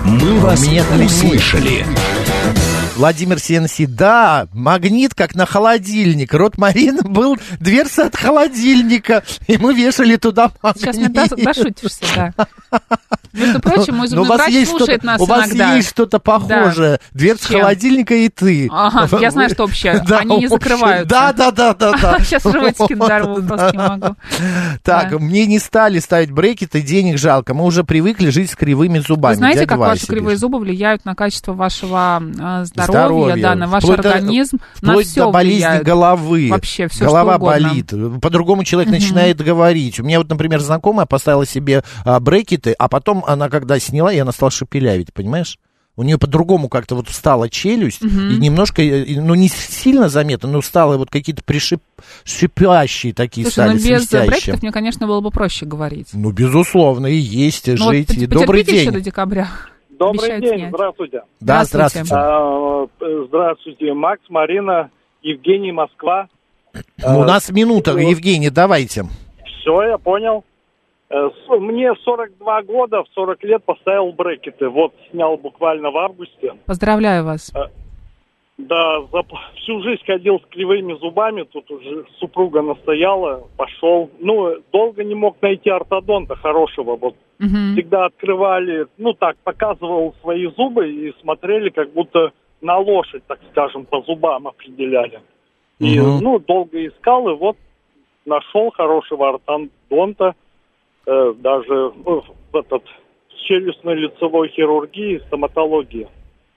Speaker 5: «Мы вас
Speaker 3: меня длиннее.
Speaker 5: услышали».
Speaker 3: Владимир Сенси, да, магнит как на холодильник. Рот Марина был дверца от холодильника, и мы вешали туда магнит.
Speaker 1: Сейчас мне дос- дошутишься, да. Между прочим, мой
Speaker 3: Но Ну, у
Speaker 1: зубной
Speaker 3: вас
Speaker 1: врач
Speaker 3: есть
Speaker 1: слушает
Speaker 3: что-то-
Speaker 1: нас
Speaker 3: У вас
Speaker 1: иногда.
Speaker 3: есть что-то похожее. Дверца
Speaker 1: Чем?
Speaker 3: холодильника и ты.
Speaker 1: Ага, я знаю, что общее.
Speaker 3: Да,
Speaker 1: Они не
Speaker 3: общее.
Speaker 1: закрываются.
Speaker 3: Да, да, да, да, да.
Speaker 1: Сейчас животики надорву,
Speaker 3: Вот,
Speaker 1: просто не
Speaker 3: да.
Speaker 1: могу.
Speaker 3: Так,
Speaker 1: Да.
Speaker 3: мне не стали ставить брекеты, денег жалко. Мы уже привыкли жить с кривыми зубами.
Speaker 1: Вы знаете,
Speaker 3: Дядя
Speaker 1: как
Speaker 3: Вася
Speaker 1: ваши кривые
Speaker 3: пишет.
Speaker 1: зубы влияют на качество вашего э, здоровья,
Speaker 3: Здоровье.
Speaker 1: да, на ваш
Speaker 3: Вплоть до-
Speaker 1: организм, на
Speaker 3: Вплоть
Speaker 1: все
Speaker 3: до болезни
Speaker 1: влияет.
Speaker 3: головы.
Speaker 1: Вообще всё,
Speaker 3: Голова
Speaker 1: что угодно.
Speaker 3: болит. По-другому человек начинает говорить. У меня вот, например, знакомая поставила себе а, брекеты, а потом она, когда сняла, и она стала шепелявить, понимаешь? У нее по-другому как-то вот встала челюсть, и немножко, э, и, ну, не сильно заметно, но стало вот какие-то пришип... шипящие такие
Speaker 1: Слушай,
Speaker 3: стали,
Speaker 1: ну без
Speaker 3: свистящие.
Speaker 1: брекетов мне, конечно, было бы проще говорить.
Speaker 3: Ну, безусловно, и есть, и
Speaker 1: Ну вот
Speaker 3: жить.
Speaker 1: пот-
Speaker 3: и добрый
Speaker 1: потерпите еще
Speaker 3: день.
Speaker 1: до декабря.
Speaker 6: Добрый
Speaker 1: Обещают
Speaker 6: день,
Speaker 1: снять.
Speaker 6: здравствуйте.
Speaker 3: Да,
Speaker 1: Здравствуйте.
Speaker 3: здравствуйте.
Speaker 6: Э, э, Здравствуйте, Макс, Марина, Евгений, Москва.
Speaker 3: Ну, у нас минута,
Speaker 6: вот.
Speaker 3: Евгений, давайте.
Speaker 6: Все, я понял. Э, с- Мне 42 года, в 40 лет поставил брекеты. Вот, снял буквально в августе.
Speaker 1: Поздравляю вас.
Speaker 6: Э, Да, за п- всю жизнь ходил с кривыми зубами, тут уже супруга настояла, пошел. Ну, долго не мог найти ортодонта хорошего. Вот
Speaker 1: Мгм.
Speaker 6: всегда открывали, ну так, показывал свои зубы и смотрели, как будто на лошадь, так скажем, по зубам определяли. И,
Speaker 3: Мгм.
Speaker 6: ну, долго искал, и вот нашел хорошего ортодонта, э, даже ну, в этот, с челюстно-лицевой хирургии и стоматологии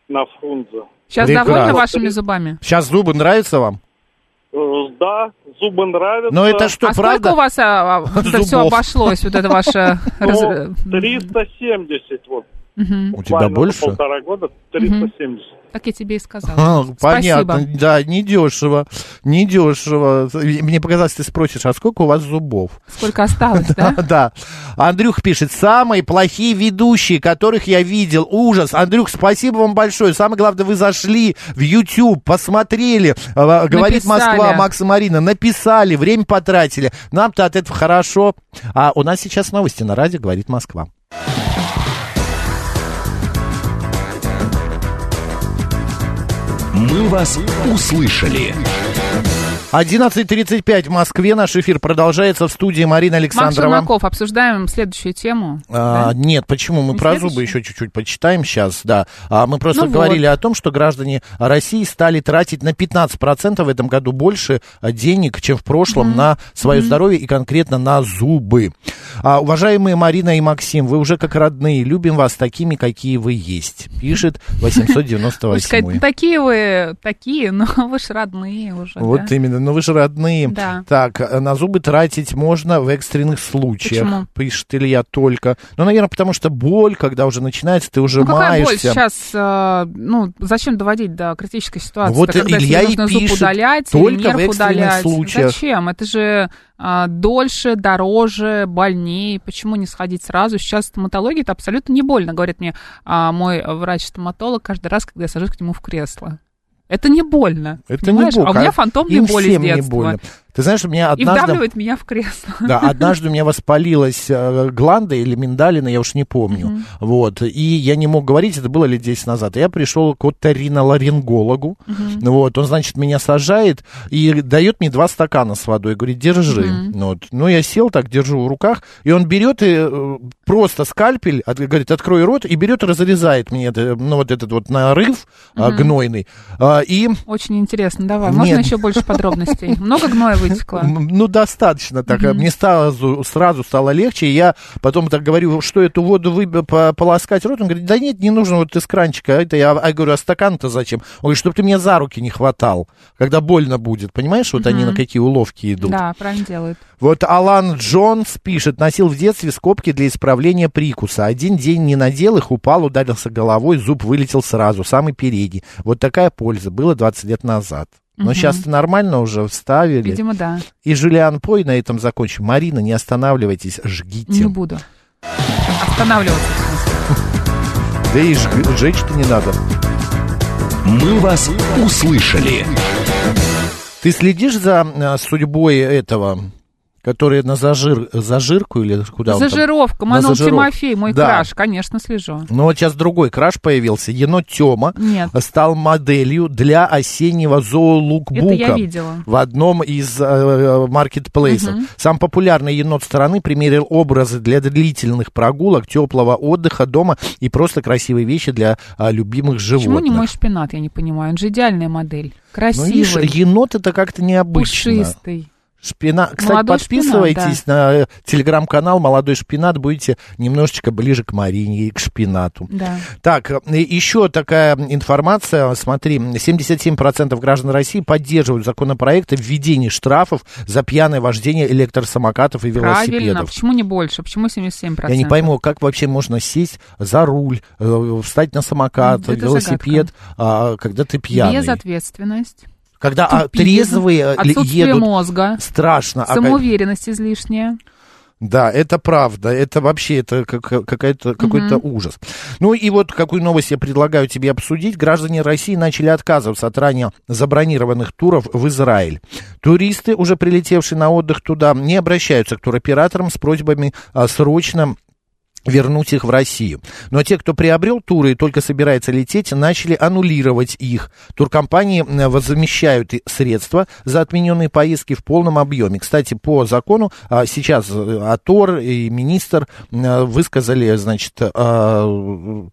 Speaker 6: на Фрунзе.
Speaker 1: Сейчас
Speaker 3: Прекрасно.
Speaker 1: довольны вашими зубами?
Speaker 3: Сейчас зубы нравятся вам?
Speaker 6: Э, Да, зубы нравятся.
Speaker 3: Но это что,
Speaker 1: а
Speaker 3: правда?
Speaker 1: сколько у вас а, а, это все
Speaker 3: Зубов.
Speaker 1: обошлось, вот это ваше...
Speaker 6: Ну,
Speaker 1: раз-
Speaker 6: 370 вот.
Speaker 1: Мгм.
Speaker 3: У тебя
Speaker 6: буквально за
Speaker 3: больше?
Speaker 6: полтора года 370.
Speaker 1: Так я тебе и сказала.
Speaker 3: А, понятно, да, недешево, недешево. Мне показалось, ты спросишь, а сколько у вас зубов?
Speaker 1: Сколько осталось, да?
Speaker 3: Да. Андрюх пишет, самые плохие ведущие, которых я видел. Ужас. Андрюх, спасибо вам большое. Самое главное, вы зашли в YouTube, посмотрели. э, Говорит
Speaker 1: Написали.
Speaker 3: Москва, Макс и Марина. Написали, время потратили. Нам-то от этого хорошо. А у нас сейчас новости на радио, говорит Москва.
Speaker 2: «Мы вас услышали».
Speaker 3: 11.35 в Москве. Наш эфир продолжается в студии Марина
Speaker 1: Макс
Speaker 3: Александрова.
Speaker 1: Шурмаков, обсуждаем следующую тему.
Speaker 3: А, Нет, почему? Мы
Speaker 1: Не
Speaker 3: про
Speaker 1: следующий?
Speaker 3: зубы еще чуть-чуть почитаем сейчас, да. А мы просто
Speaker 1: Ну вот.
Speaker 3: говорили о том, что граждане России стали тратить на 15% в этом году больше а, денег, чем в прошлом, на свое здоровье и конкретно на зубы. А, уважаемые Марина и Максим, вы уже как родные, любим вас такими, какие вы есть, пишет
Speaker 1: Хочешь сказать,
Speaker 3: 898.
Speaker 1: ну, такие вы, такие, но вы ж родные уже.
Speaker 3: Вот
Speaker 1: типа, да?
Speaker 3: именно, ну вы же родные.
Speaker 1: Да.
Speaker 3: Так, э, на зубы тратить можно в экстренных случаях,
Speaker 1: Почему?
Speaker 3: пишет Илья только. Ну, наверное, потому что боль, когда уже начинается, ты уже
Speaker 1: Ну какая боль
Speaker 3: маешься.
Speaker 1: сейчас, э, ну зачем доводить до критической ситуации?
Speaker 3: Вот
Speaker 1: когда
Speaker 3: Илья
Speaker 1: тебе
Speaker 3: и
Speaker 1: нужно зуб
Speaker 3: пишет,
Speaker 1: удалять, или
Speaker 3: только
Speaker 1: нерв
Speaker 3: в экстренных
Speaker 1: удалять.
Speaker 3: случаях.
Speaker 1: Зачем? Это же э, дольше, дороже, больнее. Почему не сходить сразу? Сейчас стоматология это абсолютно не больно, говорит мне а, мой врач-стоматолог каждый раз, когда я сажусь к нему в кресло. Это не больно.
Speaker 3: Это
Speaker 1: понимаешь?
Speaker 3: не бог,
Speaker 1: А у меня фантомные
Speaker 3: им
Speaker 1: боли с
Speaker 3: всем
Speaker 1: детства.
Speaker 3: не больно. Ты знаешь, у меня
Speaker 1: И
Speaker 3: однажды...
Speaker 1: вдавливает меня в кресло.
Speaker 3: Да, однажды у меня воспалилась э, гланда или миндалина, я уж не помню. Вот. И я не мог говорить, это было лет 10 назад. Я пришел к оториноларингологу. Вот. Он, значит, меня сажает и дает мне два стакана с водой. Говорит, держи. Вот. Ну, я сел так, держу в руках. И он берет и э, просто скальпель, от- говорит, открой рот, и берет и разрезает мне это, ну, вот этот вот нарыв а, гнойный. А, и
Speaker 1: Очень интересно. Давай, можно
Speaker 3: Нет.
Speaker 1: еще больше подробностей? Много гноя вытекло?
Speaker 3: М, Ну, достаточно так. Мне сразу, сразу стало легче. И я потом так говорю, что эту воду выб- по- полоскать рот. Он говорит, да нет, не нужно, вот ты с кранчика. Это я, а я говорю, а стакан-то зачем? Он говорит, чтобы ты меня за руки не хватал, когда больно будет. Понимаешь, вот они на какие уловки идут.
Speaker 1: Да, правильно делают.
Speaker 3: Вот Алан Джонс пишет, носил в детстве скобки для исправления прикуса. Один день не надел их, упал, ударился головой, зуб вылетел сразу, самый передний. Вот такая польза. Было 20 лет назад. Но сейчас нормально уже вставили.
Speaker 1: Видимо, да.
Speaker 3: И Жулиан Пой на этом закончим. Марина, не останавливайтесь, жгите.
Speaker 1: Не буду. Останавливаться. в смысле.
Speaker 3: Да и жг- жечь-то не надо.
Speaker 2: «Мы вас услышали».
Speaker 3: Ты следишь за э, судьбой этого, который на зажир, зажирку или куда он там?
Speaker 1: Зажировка.
Speaker 3: На
Speaker 1: Манол
Speaker 3: зажиров-
Speaker 1: Тимофей, мой
Speaker 3: Да.
Speaker 1: краш. Конечно, слежу.
Speaker 3: Ну вот сейчас другой краш появился. Енот Тёма
Speaker 1: Нет.
Speaker 3: стал моделью для осеннего зоолукбука.
Speaker 1: Это я видела.
Speaker 3: В одном из э, маркетплейсов. Сам популярный енот страны примерил образы для длительных прогулок, теплого отдыха дома и просто красивые вещи для э, любимых животных.
Speaker 1: Почему не мой шпинат, я не понимаю. Он же идеальная модель.
Speaker 3: Ну, видишь,
Speaker 1: Красивый,
Speaker 3: енот это как-то необычно.
Speaker 1: пушистый.
Speaker 3: Шпина... Кстати,
Speaker 1: Молодой
Speaker 3: подписывайтесь на э, телеграм-канал «Молодой шпинат». Будете немножечко ближе к Марине и к шпинату.
Speaker 1: Да.
Speaker 3: Так, э, еще такая информация. Смотри, 77% граждан России поддерживают законопроект о введении штрафов за пьяное вождение электросамокатов и
Speaker 1: Правильно.
Speaker 3: велосипедов.
Speaker 1: Почему не больше? Почему 77%?
Speaker 3: Я не пойму, как вообще можно сесть за руль, э, встать на самокат,
Speaker 1: Это
Speaker 3: велосипед, а, когда ты пьяный.
Speaker 1: Безответственность.
Speaker 3: Когда а,
Speaker 1: тупизм,
Speaker 3: трезвые ли-
Speaker 1: Отсутствие
Speaker 3: едут
Speaker 1: мозга.
Speaker 3: Страшно. А как-
Speaker 1: Самоуверенность излишняя.
Speaker 3: Да, это правда. Это вообще это как- какая-то, какой-то ужас. Ну и вот какую новость я предлагаю тебе обсудить. Граждане России начали отказываться от ранее забронированных туров в Израиль. Туристы, уже прилетевшие на отдых туда, не обращаются к туроператорам с просьбами а, срочно вернуть их в Россию. Но те, кто приобрел туры и только собирается лететь, начали аннулировать их. Туркомпании э, возмещают и средства за отмененные поездки в полном объеме. Кстати, по закону а, сейчас э, АТОР и министр э, высказали, значит, э,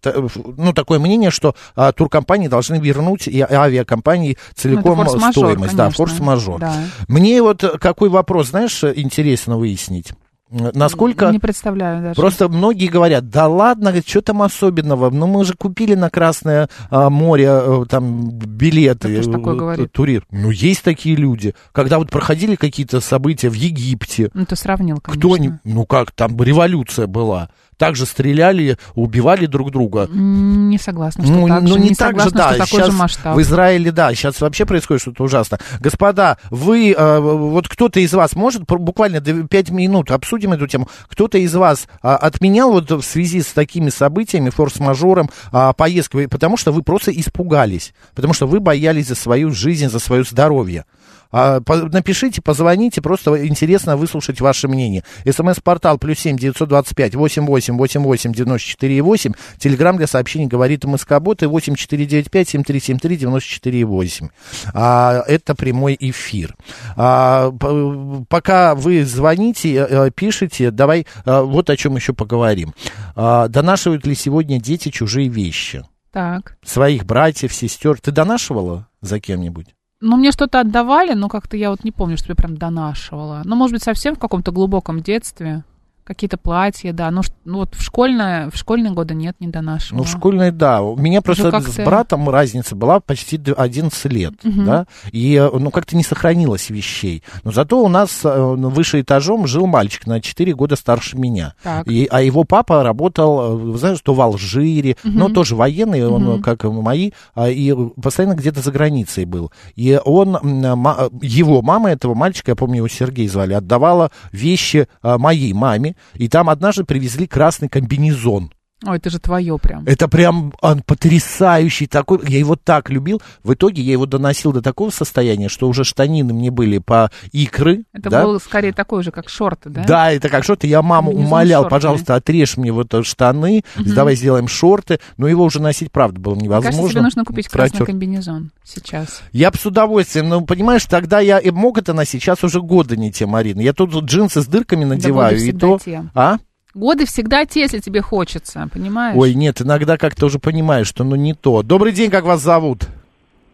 Speaker 3: т- э, ну, такое мнение, что а, туркомпании должны вернуть и авиакомпании целиком
Speaker 1: Ну, форс-мажор,
Speaker 3: стоимость. Да,
Speaker 1: конечно.
Speaker 3: форс-мажор.
Speaker 1: Да.
Speaker 3: Мне вот э, какой вопрос, знаешь, э, интересно выяснить. Э, Насколько
Speaker 1: Не представляю даже.
Speaker 3: Просто многие говорят, да ладно, что там особенного? Ну, мы же купили на Красное а, море э, там билеты.
Speaker 1: Да кто ж такое
Speaker 3: э,
Speaker 1: говорит?
Speaker 3: тури- Ну, есть такие люди. Когда вот проходили какие-то события в Египте,
Speaker 1: Ну, ты сравнил, конечно.
Speaker 3: кто-нибудь, ну как, там революция была. также стреляли, убивали друг друга.
Speaker 1: М, Не согласна, что
Speaker 3: ну,
Speaker 1: так
Speaker 3: ну,
Speaker 1: же.
Speaker 3: не, так же,
Speaker 1: согласна,
Speaker 3: да.
Speaker 1: что такой
Speaker 3: сейчас
Speaker 1: же масштаб.
Speaker 3: В Израиле, да, сейчас вообще происходит что-то ужасное. Господа, вы, э, вот кто-то из вас может, пр- буквально д- пять минут обсудим эту тему, кто-то из вас а, отменял вот в связи с такими событиями, форс-мажором, а, поездку, и потому что вы просто испугались, потому что вы боялись за свою жизнь, за свое здоровье. А, по- Напишите, позвоните, просто интересно выслушать ваше мнение. СМС-портал плюс семь девятьсот двадцать пять восемь восемь восемь восемь девяносто четыре и восемь. Телеграмм для сообщений говорит МСК-бот и восемь четыре девять пять семь три семь три девяносто четыре и восемь. А, Это прямой эфир. А, п- Пока вы звоните, э, пишите, давай э, вот о чем еще поговорим. А, Донашивают ли сегодня дети чужие вещи?
Speaker 1: Так.
Speaker 3: Своих братьев, сестер. Ты донашивала за кем-нибудь?
Speaker 1: Ну, мне что-то отдавали, но как-то я вот не помню, что я прям донашивала. Ну, может быть, совсем в каком-то глубоком детстве. Какие-то платья, да. Ну, ш- ну, вот в, школьное, в школьные годы нет, не донашивала.
Speaker 3: Ну, в школьной, да. У меня просто
Speaker 1: Ну, как
Speaker 3: с
Speaker 1: ты-
Speaker 3: братом разница была почти д- 11 лет, да. И, э, ну, как-то не сохранилось вещей. Но зато у нас э, ну, выше этажом жил мальчик на 4 года старше меня.
Speaker 1: Так.
Speaker 3: И, а его папа работал, э, знаешь, что в Алжире, но тоже военный, он, э, как и мои, а, и постоянно где-то за границей был. И он, м, э, ма- э, его мама этого мальчика, я помню, его Сергей звали, отдавала вещи э, моей маме. И там однажды привезли красный комбинезон.
Speaker 1: Ой, это же твое прям.
Speaker 3: Это прям он потрясающий такой. Я его так любил. В итоге я его доносил до такого состояния, что уже штанины мне были по икры.
Speaker 1: Это
Speaker 3: да?
Speaker 1: было скорее такое же, как шорты, да?
Speaker 3: Да, это как что-то. Я маму
Speaker 1: Комбинезон с
Speaker 3: умолял,
Speaker 1: шортами.
Speaker 3: пожалуйста, отрежь мне вот э, штаны, давай сделаем шорты. Но его уже носить, правда, было
Speaker 1: Мне
Speaker 3: невозможно.
Speaker 1: кажется, тебе нужно купить красный
Speaker 3: Протёр.
Speaker 1: комбинезон сейчас.
Speaker 3: Я бы с удовольствием, но понимаешь, тогда я и мог это носить, сейчас уже года не те, Марина. Я тут вот джинсы с дырками надеваю, и
Speaker 1: всегда
Speaker 3: то...
Speaker 1: те.
Speaker 3: А?
Speaker 1: Годы всегда те, если тебе хочется, понимаешь?
Speaker 3: Ой, нет, иногда как-то уже понимаешь, что ну не то. Добрый день, как вас зовут?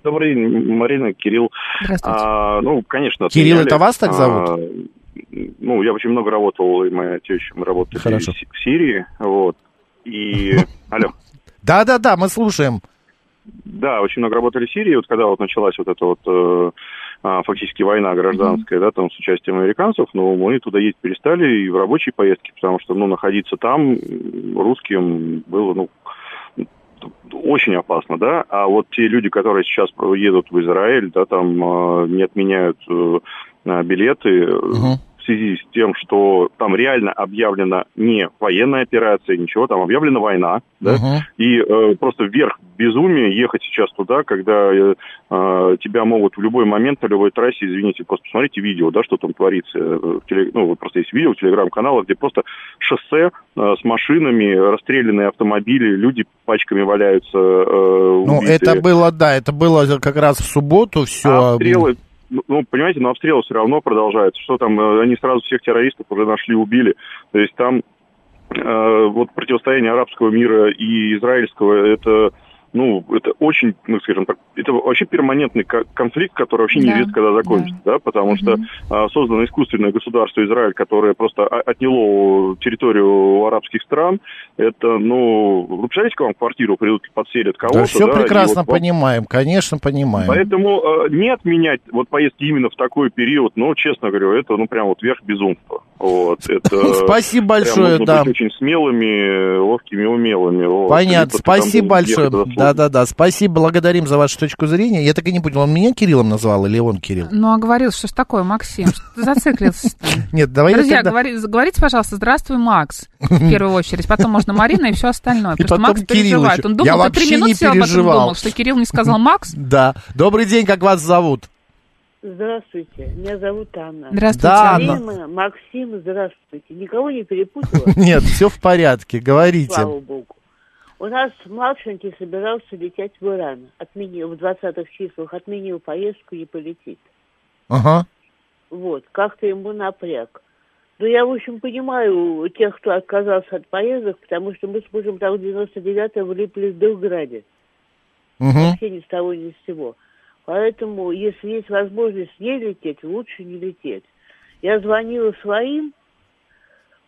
Speaker 7: Добрый день, Марина, Кирилл.
Speaker 1: Здравствуйте.
Speaker 7: А, ну, конечно.
Speaker 3: Кирилл,
Speaker 7: отменяли.
Speaker 3: это вас так зовут?
Speaker 7: А, ну, я очень много работал, и моя теща, мы работали
Speaker 3: Хорошо.
Speaker 7: в Си- в Сирии, вот. И, алло,
Speaker 3: Да-да-да, мы слушаем.
Speaker 7: да, очень много работали в Сирии, вот когда вот началась вот эта вот э, а, фактически война гражданская, да, там с участием американцев, но мы туда ездить перестали и в рабочие поездки, потому что, ну, находиться там м, русским было, ну, очень опасно, да. А вот те люди, которые сейчас едут в Израиль, да, там э, не отменяют э, э, билеты э,
Speaker 3: Мгм.
Speaker 7: в связи с тем, что там реально объявлена не военная операция, ничего, там объявлена война, да.
Speaker 3: Мгм.
Speaker 7: И э, просто вверх безумия ехать сейчас туда, когда э, э, тебя могут в любой момент на любой трассе, извините, просто посмотрите видео, да, что там творится. э, в теле- Ну, вот просто есть видео в телеграм-каналах, где просто шоссе э, с машинами, расстрелянные автомобили, люди пачками валяются. э,
Speaker 3: Ну,
Speaker 7: убитые.
Speaker 3: это было, да, это было как раз в субботу все.
Speaker 7: А обстрелы, ну, ну, понимаете, но обстрелы все равно продолжаются. Что там, э, они сразу всех террористов уже нашли, убили. То есть там э, вот противостояние арабского мира и израильского, это, ну, это очень, ну, скажем так, это вообще перманентный ко- конфликт, который вообще
Speaker 1: Да,
Speaker 7: неизвестно, когда закончится, да, потому что э, создано искусственное государство Израиль, которое просто о- отняло территорию у арабских стран. Это, ну, вы представляете, к вам в квартиру придут, подселят кого-то,
Speaker 3: все
Speaker 7: да, и
Speaker 3: прекрасно
Speaker 7: вот вам-
Speaker 3: понимаем, конечно, понимаем.
Speaker 7: Поэтому э, не отменять вот поездки именно в такой период, но, честно говорю, это, ну, прям вот верх безумства. Вот, это...
Speaker 3: Спасибо
Speaker 7: прям
Speaker 3: большое,
Speaker 7: нужно
Speaker 3: да.
Speaker 7: быть э, очень смелыми, ловкими, умелыми. вот. Либо
Speaker 3: Понятно,
Speaker 7: ты там
Speaker 3: спасибо
Speaker 7: будешь ехать
Speaker 3: большое.
Speaker 7: заслуженно.
Speaker 3: Да-да-да, спасибо, благодарим за вашу точку зрения. Я так и не понял, он меня Кириллом назвал или он Кирилл?
Speaker 1: Ну, а говорил, что ж такое, Максим, что ты зациклился там?
Speaker 3: Нет, давай я
Speaker 1: Друзья,
Speaker 3: тогда-
Speaker 1: говори- говорите, пожалуйста, здравствуй, Макс, в первую очередь. Потом можно Марина и все остальное. Потому что
Speaker 3: потом
Speaker 1: Макс
Speaker 3: Кирилл
Speaker 1: переживает.
Speaker 3: еще.
Speaker 1: Он
Speaker 3: Я
Speaker 1: думал, ты
Speaker 3: вообще
Speaker 1: три
Speaker 3: не
Speaker 1: минуты сел об этом
Speaker 3: переживал.
Speaker 1: думал, что Кирилл не сказал Макс.
Speaker 3: Да. Добрый день, как вас зовут?
Speaker 8: Здравствуйте, меня зовут Анна.
Speaker 1: Здравствуйте,
Speaker 3: Да, ну.
Speaker 1: Анна.
Speaker 3: Анна.
Speaker 8: Время, Максим, здравствуйте. Никого не перепутала?
Speaker 3: Нет, все в порядке, говорите.
Speaker 8: Слава богу. У нас младшенький собирался лететь в Иран. Отменил, в 20-х числах отменил поездку и полетит.
Speaker 3: Ага.
Speaker 8: Вот, как-то ему напряг. Но я, в общем, понимаю тех, кто отказался от поездок, потому что мы с мужем там в 99-м влипли в Белграде.
Speaker 3: Мгм.
Speaker 8: вообще ни с того, ни с сего. Поэтому, если есть возможность не лететь, лучше не лететь. Я звонила своим,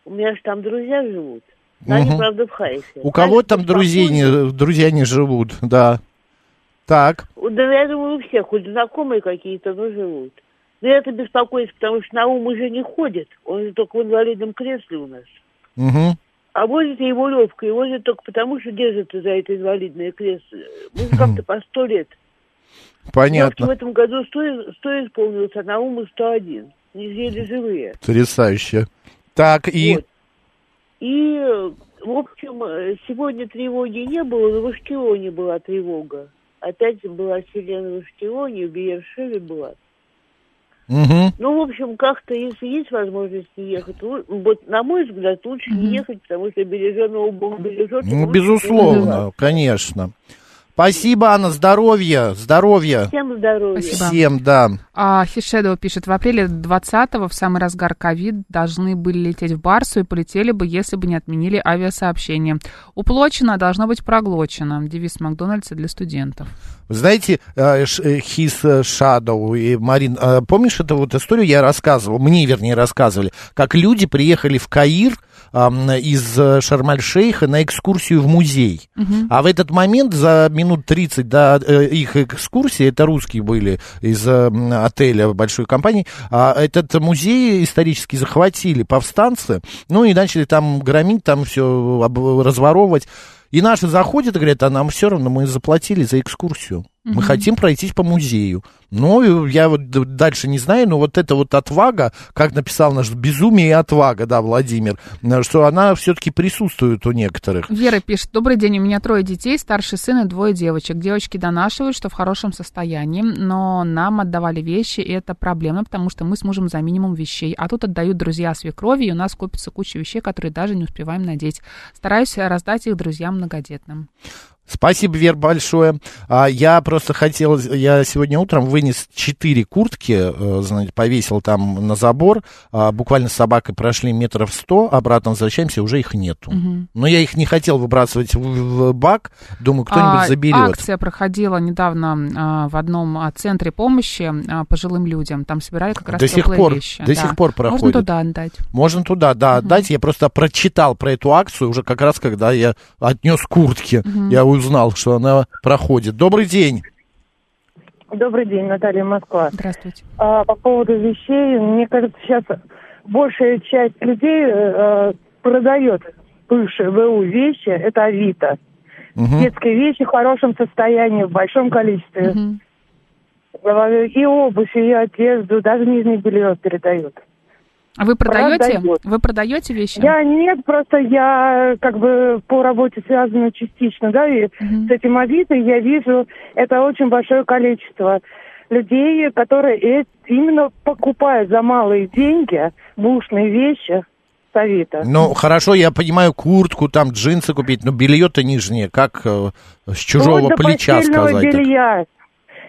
Speaker 8: у меня же там друзья живут. Но Они,
Speaker 3: Мгм.
Speaker 8: правда, в Хайфе.
Speaker 3: У кого
Speaker 8: Хайф
Speaker 3: там друзей
Speaker 8: спокойно.
Speaker 3: не, друзья не живут, да. Так,
Speaker 8: Да, я думаю, у всех, хоть знакомые какие-то, но живут. Но я это беспокоюсь, потому что Наум уже не ходит. Он же только в инвалидном кресле у нас.
Speaker 3: Мгм.
Speaker 8: А возят его ловко, и возят только потому, что держится за это инвалидное кресло. Мужикам-то по сто лет. Бабке в
Speaker 3: Понятно.
Speaker 8: этом году 100, 100 исполнилось, а Науму 101. Не съели живые.
Speaker 3: Потрясающе. Так, и...
Speaker 8: И, э, в общем, э, сегодня тревоги не было, но в Вашкелоне была тревога. Опять была сирена в Вашкелоне, в Биершеве была.
Speaker 3: Мгм.
Speaker 8: Ну, в общем, как-то, если есть возможность не ехать, лу- вот, на мой взгляд, лучше не ехать, потому что береженого Бог бережет.
Speaker 3: Ну,
Speaker 8: лучше не бывает.
Speaker 3: безусловно, конечно. Спасибо, Анна, здоровья, здоровья.
Speaker 8: Всем здоровья.
Speaker 3: Всем, да.
Speaker 1: А, Хишедо пишет, в апреле 20-го, в самый разгар ковид, должны были лететь в Барсу и полетели бы, если бы не отменили авиасообщение. Уплочено, а должно быть проглочено. Девиз Макдональдса для студентов.
Speaker 3: Вы Знаете, э, Ш- э, His э, Shadow и Марин, э, помнишь эту вот историю, я рассказывал, мне, вернее, рассказывали, как люди приехали в Каир ам, из э, Шарм-аль-Шейха на экскурсию в музей.
Speaker 1: Мгм.
Speaker 3: А в этот момент, за минут 30 до э, их экскурсии, это русские были из э, м, отеля большой компании, а этот музей исторически захватили повстанцы, ну и начали там громить, там все разворовывать. И наши заходят и говорят, а нам все равно, мы заплатили за экскурсию. Мы
Speaker 1: Мгм.
Speaker 3: хотим пройтись по музею. Ну, и я вот д- дальше не знаю, но вот эта вот отвага, как написал наш безумие и отвага, да, Владимир, э, что она все-таки присутствует у некоторых.
Speaker 1: Вера пишет, добрый день, у меня трое детей, старший сын и двое девочек. Девочки донашивают, что в хорошем состоянии, но нам отдавали вещи, и это проблемно, потому что мы с мужем за минимум вещей. А тут отдают друзья свекрови, и у нас копится куча вещей, которые даже не успеваем надеть. Стараюсь раздать их друзьям многодетным.
Speaker 3: Спасибо, Вер, большое. А, Я просто хотел, я сегодня утром вынес четыре куртки, э, знаете, повесил там на забор, а, буквально с собакой прошли метров сто, обратно возвращаемся, уже их нету.
Speaker 1: Мгм.
Speaker 3: Но я их не хотел выбрасывать в, в бак, думаю, кто-нибудь
Speaker 1: А,
Speaker 3: заберет.
Speaker 1: Акция проходила недавно а, в одном а, центре помощи а, пожилым людям. Там собирали как раз
Speaker 3: До сих
Speaker 1: теплые
Speaker 3: пор,
Speaker 1: вещи.
Speaker 3: до сих пор
Speaker 1: Можно
Speaker 3: проходит.
Speaker 1: туда отдать.
Speaker 3: Можно туда, да, отдать. Я просто прочитал про эту акцию уже как раз, когда я отнес куртки. Я узнал, что она проходит. Добрый день.
Speaker 9: Добрый день, Наталья Москва.
Speaker 1: Здравствуйте.
Speaker 9: А, по поводу вещей, мне кажется, сейчас большая часть людей э, продает бывшие ВУ вещи, это Авито.
Speaker 3: Мгм.
Speaker 9: Детские вещи в хорошем состоянии, в большом количестве. Э, И обувь, и одежду, даже нижнее белье передают.
Speaker 1: А вы продаете?
Speaker 9: Продает.
Speaker 1: Вы продаете вещи?
Speaker 9: Я нет, просто я как бы по работе связана частично, да, и с этим Авито я вижу, это очень большое количество людей, которые э- именно покупают за малые деньги бушные вещи с Авито.
Speaker 3: Ну, хорошо, я понимаю, куртку, там джинсы купить, но белье-то нижнее, как э, с чужого
Speaker 9: Вплоть до
Speaker 3: плеча
Speaker 9: постельного
Speaker 3: сказать. так.
Speaker 9: белья,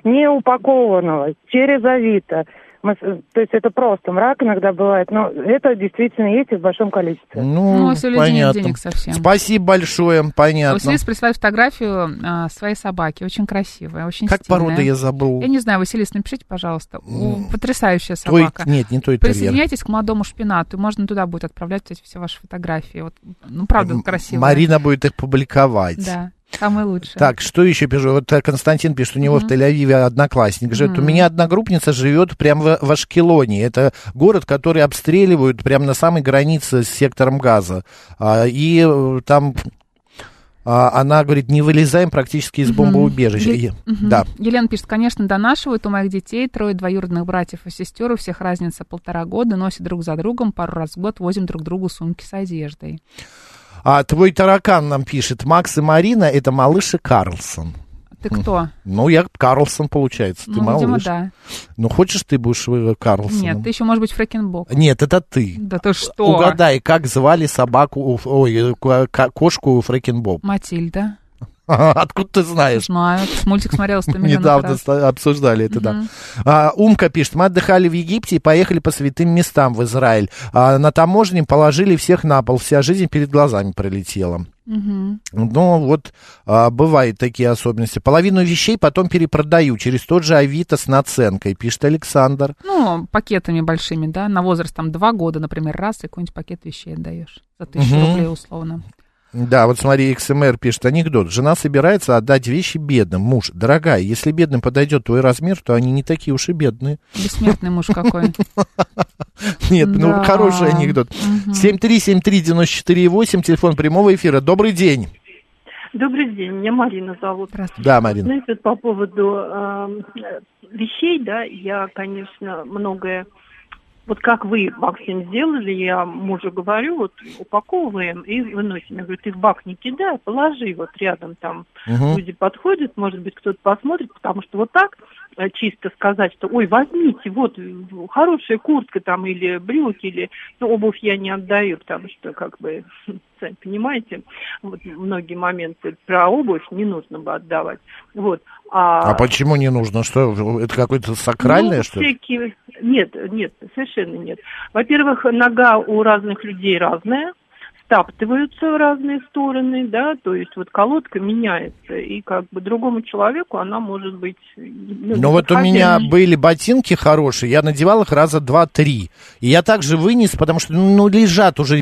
Speaker 9: не упакованного, через Авито. Мы с- То есть это просто мрак иногда бывает, но это действительно есть и в большом количестве.
Speaker 3: Ну,
Speaker 1: Ну, если у людей нет
Speaker 3: понятно.
Speaker 1: денег совсем.
Speaker 3: Спасибо большое, понятно.
Speaker 1: Василис прислал фотографию а, своей собаки, очень красивая, очень
Speaker 3: Как
Speaker 1: стильная.
Speaker 3: порода я забыл?
Speaker 1: Я не знаю, Василис, напишите, пожалуйста. У- Потрясающая
Speaker 3: Той-
Speaker 1: собака.
Speaker 3: нет, не той терьер.
Speaker 1: Присоединяйтесь к молодому шпинату, и можно туда будет отправлять кстати, все ваши фотографии. Вот, ну, правда, красивая.
Speaker 3: Марина будет их публиковать.
Speaker 1: Да, самое лучшее.
Speaker 3: Так, что еще пишу? Вот э, Константин пишет, у него в Тель-Авиве одноклассник живет. У меня одногруппница живет прямо в, в Ашкелоне. Это город, который обстреливают прямо на самой границе с сектором газа. А, и э, там а, она говорит, не вылезаем практически из бомбоубежища.
Speaker 1: Е-
Speaker 3: И-
Speaker 1: Мгм.
Speaker 3: Да.
Speaker 1: Елена пишет, конечно, донашивают у моих детей трое двоюродных братьев и сестер, у всех разница полтора года, носят друг за другом, пару раз в год возим друг другу сумки с одеждой.
Speaker 3: А твой таракан нам пишет, Макс и Марина, это малыш и Карлсон.
Speaker 1: Ты кто?
Speaker 3: Ну, я Карлсон, получается, ты
Speaker 1: ну,
Speaker 3: малыш.
Speaker 1: видимо, да.
Speaker 3: Ну, хочешь, ты будешь э, Карлсоном?
Speaker 1: Нет, ты еще, может быть, Фрэкенбок.
Speaker 3: Нет, это ты.
Speaker 1: Да ты что?
Speaker 3: Угадай, как звали собаку, у- ой, э, ко- ко- кошку у Фрэкенбоб.
Speaker 1: Матильда.
Speaker 3: Откуда ты знаешь?
Speaker 1: Знаю, этот мультик смотрела 100 миллионов
Speaker 3: Недавно
Speaker 1: раз.
Speaker 3: ста- обсуждали это, да. А, Умка пишет, мы отдыхали в Египте и поехали по святым местам в Израиль. А на таможне положили всех на пол, вся жизнь перед глазами пролетела.
Speaker 1: Мгм.
Speaker 3: Ну, вот а, бывают такие особенности. Половину вещей потом перепродаю через тот же Авито с наценкой, пишет Александр.
Speaker 1: Ну, пакетами большими, да, на возраст там два года, например, раз, и какой-нибудь пакет вещей отдаешь за тысячу
Speaker 3: Мгм.
Speaker 1: рублей условно.
Speaker 3: Да, вот смотри, XMR пишет анекдот. Жена собирается отдать вещи бедным. Муж, дорогая, если бедным подойдет твой размер, то они не такие уж и бедные.
Speaker 1: Бессмертный муж какой.
Speaker 3: Нет, ну
Speaker 1: Да.
Speaker 3: хороший анекдот. 7373948, телефон прямого эфира. Добрый день.
Speaker 10: Добрый день, меня Марина зовут. Здравствуйте.
Speaker 3: Да, Марина.
Speaker 10: Знаете, вот по поводу эм, э, вещей, да, я, конечно, многое... Вот как вы, Максим, сделали, я мужу говорю, вот упаковываем и выносим. Я говорю, ты в бак не кидай, а положи вот рядом там.
Speaker 11: Мгм.
Speaker 10: Люди подходят, может быть, кто-то посмотрит, потому что вот так э, чисто сказать, что, ой, возьмите, вот э, хорошая куртка там или брюки, или ну, обувь я не отдаю, потому что, как бы, сами понимаете, вот многие моменты про обувь не нужно бы отдавать. Вот.
Speaker 3: А почему не нужно? Что, это какое-то сакральное,
Speaker 10: Ну,
Speaker 3: что ли?
Speaker 10: всякие- Нет, нет, совершенно нет. Во-первых, нога у разных людей разная, стаптываются в разные стороны, да, то есть вот колодка меняется, и как бы другому человеку она может быть... Ну,
Speaker 3: Ну вот у
Speaker 10: неподходящей.
Speaker 3: меня были ботинки хорошие, я надевал их раза два-три. И я также вынес, потому что ну лежат уже 5-7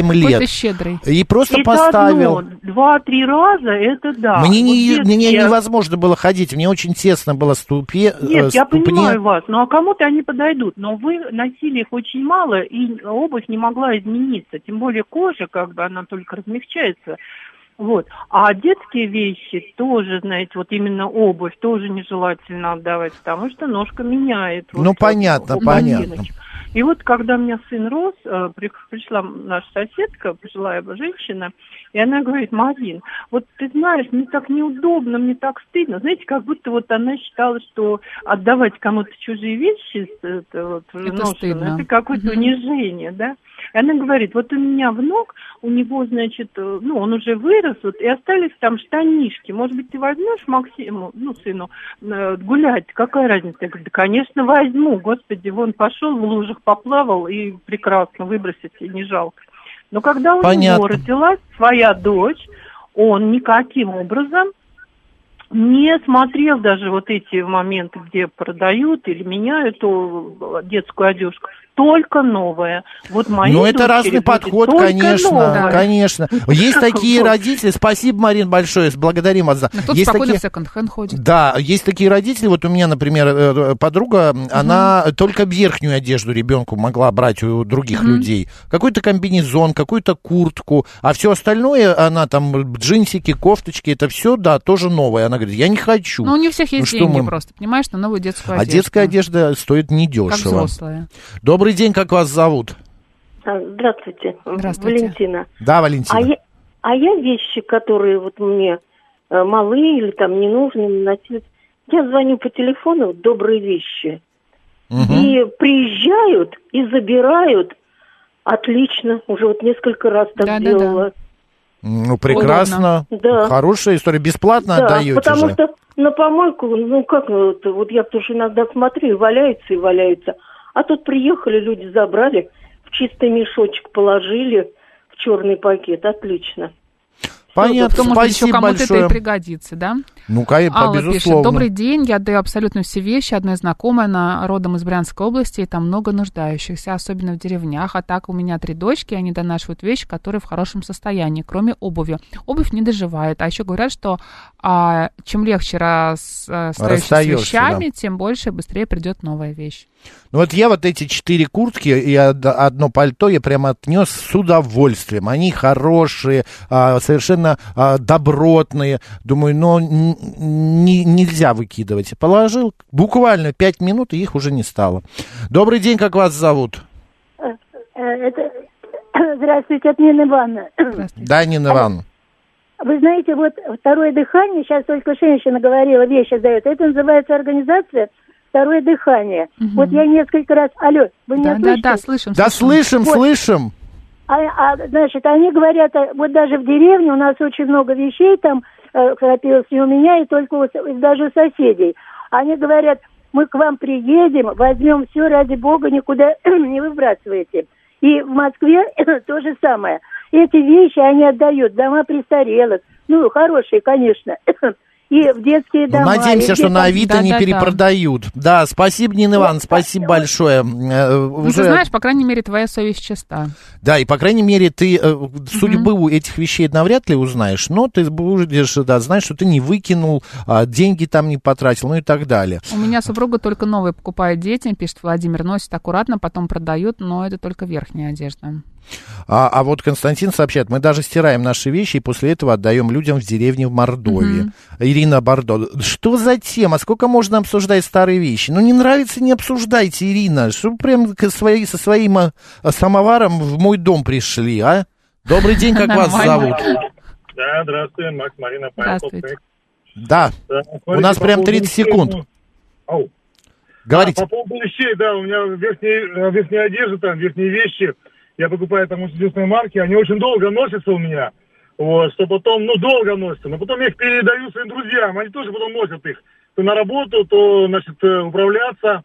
Speaker 10: Какой
Speaker 3: лет.
Speaker 10: ты
Speaker 1: щедрый.
Speaker 3: И просто
Speaker 10: Это
Speaker 3: поставил.
Speaker 10: одно. Два-три раза, это да.
Speaker 3: Мне, не,
Speaker 10: Вот
Speaker 3: мне
Speaker 10: детские-
Speaker 3: невозможно было ходить, мне очень тесно было ступе, э,
Speaker 10: Нет, я
Speaker 3: ступне.
Speaker 10: понимаю вас, ну а кому-то они подойдут, но вы носили их очень мало, и обувь не могла измениться, тем более кожа, как бы она только размягчается. Вот. А детские вещи тоже, знаете, вот именно обувь тоже нежелательно отдавать, потому что ножка меняет. вот
Speaker 3: Ну
Speaker 10: эти
Speaker 3: понятно,
Speaker 10: обувь
Speaker 3: понятно.
Speaker 10: ботиночек. И вот когда у меня сын рос, э, при- пришла наша соседка, пожилая женщина, и она говорит, Марин, вот ты знаешь, мне так неудобно, мне так стыдно. Знаете, как будто вот она считала, что отдавать кому-то чужие вещи, э, это, вот, ношеное,
Speaker 1: стыдно.
Speaker 10: это какое-то
Speaker 1: Мгм.
Speaker 10: унижение, да. И она говорит, вот у меня внук, у него, значит, э, ну, он уже вырос, вот, и остались там штанишки. Может быть, ты возьмешь Максиму, ну, сыну, э, гулять? Какая разница? Я говорю, да, конечно, возьму. Господи, вон пошел в лужах, поплавал и прекрасно выбросить, и не жалко. Но когда у
Speaker 3: Понятно.
Speaker 10: него родилась своя дочь, он никаким образом не смотрел даже вот эти моменты, где продают или меняют о, детскую одежку. Только новая. Вот мои
Speaker 3: Ну, это разный подход, конечно, конечно. Есть такие
Speaker 10: Ну, Вот.
Speaker 3: родители, спасибо, Марин, большое, благодарим вас за...
Speaker 1: Но Ну, Тут
Speaker 3: Есть
Speaker 1: спокойно
Speaker 3: такие-
Speaker 1: в секонд-хенд ходит.
Speaker 3: Да, есть такие родители. Вот у меня, например, э, подруга, она только верхнюю одежду ребенку могла брать у других
Speaker 1: Мгм.
Speaker 3: людей. Какой-то комбинезон, какую-то куртку, а все остальное, она там э, джинсики, кофточки, это все, да, тоже новое. Она говорит, я не хочу.
Speaker 1: Ну, у них всех
Speaker 3: Ну,
Speaker 1: есть
Speaker 3: что
Speaker 1: деньги
Speaker 3: мы-
Speaker 1: просто, понимаешь, на новую детскую
Speaker 3: А
Speaker 1: одежду.
Speaker 3: детская одежда стоит
Speaker 1: Как
Speaker 3: недешево.
Speaker 1: взрослая.
Speaker 3: Добрый день, как вас зовут?
Speaker 12: А, Здравствуйте,
Speaker 1: Здравствуйте.
Speaker 12: Валентина.
Speaker 3: Да, Валентина.
Speaker 12: А я, а я вещи, которые вот мне э, малы или там не нужны, не носить, я звоню по телефону «Добрые вещи». И приезжают и забирают. Отлично, уже вот несколько раз так делала.
Speaker 3: Ну, прекрасно.
Speaker 12: Да.
Speaker 3: Хорошая история. Бесплатно
Speaker 12: Да,
Speaker 3: отдаете
Speaker 12: потому
Speaker 3: Ну, а же.
Speaker 12: что на помойку, ну как, ну, вот, вот я тоже иногда смотрю, и валяются, и валяются. А тут приехали, люди забрали, в чистый мешочек положили, в черный пакет, отлично. Ну,
Speaker 3: Понятно,
Speaker 1: Кто, может, еще
Speaker 3: спасибо
Speaker 1: кому-то это
Speaker 3: большое.
Speaker 1: и пригодится, да?
Speaker 3: Ну, конечно,
Speaker 1: Алла А, пишет,
Speaker 3: безусловно.
Speaker 1: добрый день, я отдаю абсолютно все вещи. Одной знакомой, она родом из Брянской области, и там много нуждающихся, особенно в деревнях. А так у меня три дочки, и они донашивают вещи, которые в хорошем состоянии, кроме обуви. Обувь не доживает. А еще говорят, что а, чем легче рас- а, расстаешься с
Speaker 3: Расстаешься,
Speaker 1: вещами, тем больше и быстрее придет новая вещь.
Speaker 3: Ну вот я вот эти четыре куртки и од- одно пальто я прямо отнес с удовольствием. Они хорошие, а, совершенно а, добротные. Думаю, но н- н- не- нельзя выкидывать. Положил буквально пять минут, и их уже не стало. Добрый день, как вас зовут?
Speaker 13: Э, Это... Здравствуйте, от Нины Ивановны.
Speaker 3: Данин Иван.
Speaker 13: Вы знаете, вот второе дыхание, сейчас только женщина говорила, вещи дает, это называется организация «Второе дыхание». Вот я несколько раз... Алло, вы меня
Speaker 1: Да, да,
Speaker 13: слышите?
Speaker 1: слышим.
Speaker 3: Да слышим,
Speaker 13: Вот.
Speaker 3: слышим.
Speaker 13: А, а, значит, они говорят, а, вот даже в деревне у нас очень много вещей там э, храпелось и у меня, и только у с- и даже у соседей. Они говорят, мы к вам приедем, возьмем все, ради бога, никуда не выбрасывайте. И в Москве то же самое. Эти вещи они отдают, в дома престарелых, ну, хорошие, конечно. и в детские
Speaker 3: Ну,
Speaker 13: дома.
Speaker 3: надеемся,
Speaker 13: и
Speaker 3: что
Speaker 13: где-то-
Speaker 3: на Авито не перепродают. Да, спасибо, Нина Ивановна, спасибо большое. Э,
Speaker 1: Ну,
Speaker 3: уже-
Speaker 1: ты знаешь, по крайней мере, твоя совесть чиста.
Speaker 3: Да, и по крайней мере ты э, судьбу этих вещей навряд ли узнаешь, но ты будешь, да, знаешь, что ты не выкинул, а, деньги там не потратил, ну и так далее.
Speaker 1: У меня супруга только новые покупает детям, пишет Владимир, носит аккуратно, потом продают, но это только верхняя одежда.
Speaker 3: А, а вот Константин сообщает, мы даже стираем наши вещи и после этого отдаем людям в деревне в Мордовии. Ирина Бордо, что за тема? Сколько можно обсуждать старые вещи? Ну, не нравится, не обсуждайте, Ирина. Что вы прям к своей- со своим а, самоваром в мой дом пришли, а? Добрый день, как вас зовут?
Speaker 11: Да, здравствуй, Макс, Марина, Павел.
Speaker 1: Здравствуйте.
Speaker 3: Да,
Speaker 11: Да,
Speaker 3: у нас
Speaker 11: смотрите, по
Speaker 3: прям
Speaker 11: поводу
Speaker 3: 30
Speaker 11: вещей,
Speaker 3: секунд.
Speaker 11: ну, ау.
Speaker 3: Говорите.
Speaker 11: А, по поводу вещей, да, у меня верхние, э, верхняя одежда, там, верхние вещи. Я покупаю там очень известные марки, они очень долго носятся у меня. Вот, что потом, ну, долго носятся, но потом я их передаю своим друзьям, они тоже потом носят их. То на работу, то, значит, э, управляться.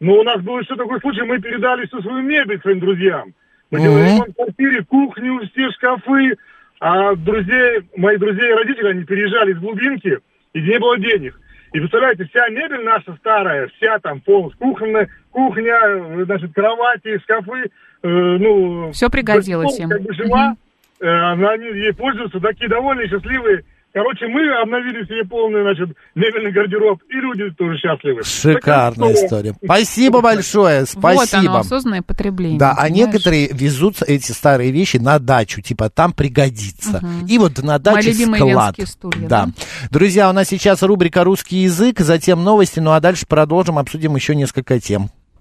Speaker 11: Но у нас был еще такой случай, мы передали всю свою мебель своим друзьям. Мы делали
Speaker 3: Мгм.
Speaker 11: ремонт в квартире, кухню, все шкафы. А друзей, мои друзья и родители, они переезжали из глубинки, и не было денег. И представляете, вся мебель наша старая, вся там полностью, кухня, кухня э, значит, кровати, шкафы, э, ну...
Speaker 1: Все пригодилось им.
Speaker 11: Как бы жила, э, она- они ей пользуются, такие довольные, счастливые. Короче, мы обновили себе полный, значит, мебельный гардероб, и люди тоже счастливы.
Speaker 3: Шикарная история. Спасибо большое,
Speaker 1: Вот оно,
Speaker 3: спасибо.
Speaker 1: осознанное потребление.
Speaker 3: Да, а
Speaker 1: понимаешь?
Speaker 3: некоторые везут эти старые вещи на дачу, типа там пригодится. И вот на даче
Speaker 1: любимые
Speaker 3: склад.
Speaker 1: венские стулья,
Speaker 3: да. Друзья, у нас сейчас рубрика «Русский язык», затем новости, ну а дальше продолжим, обсудим еще несколько тем.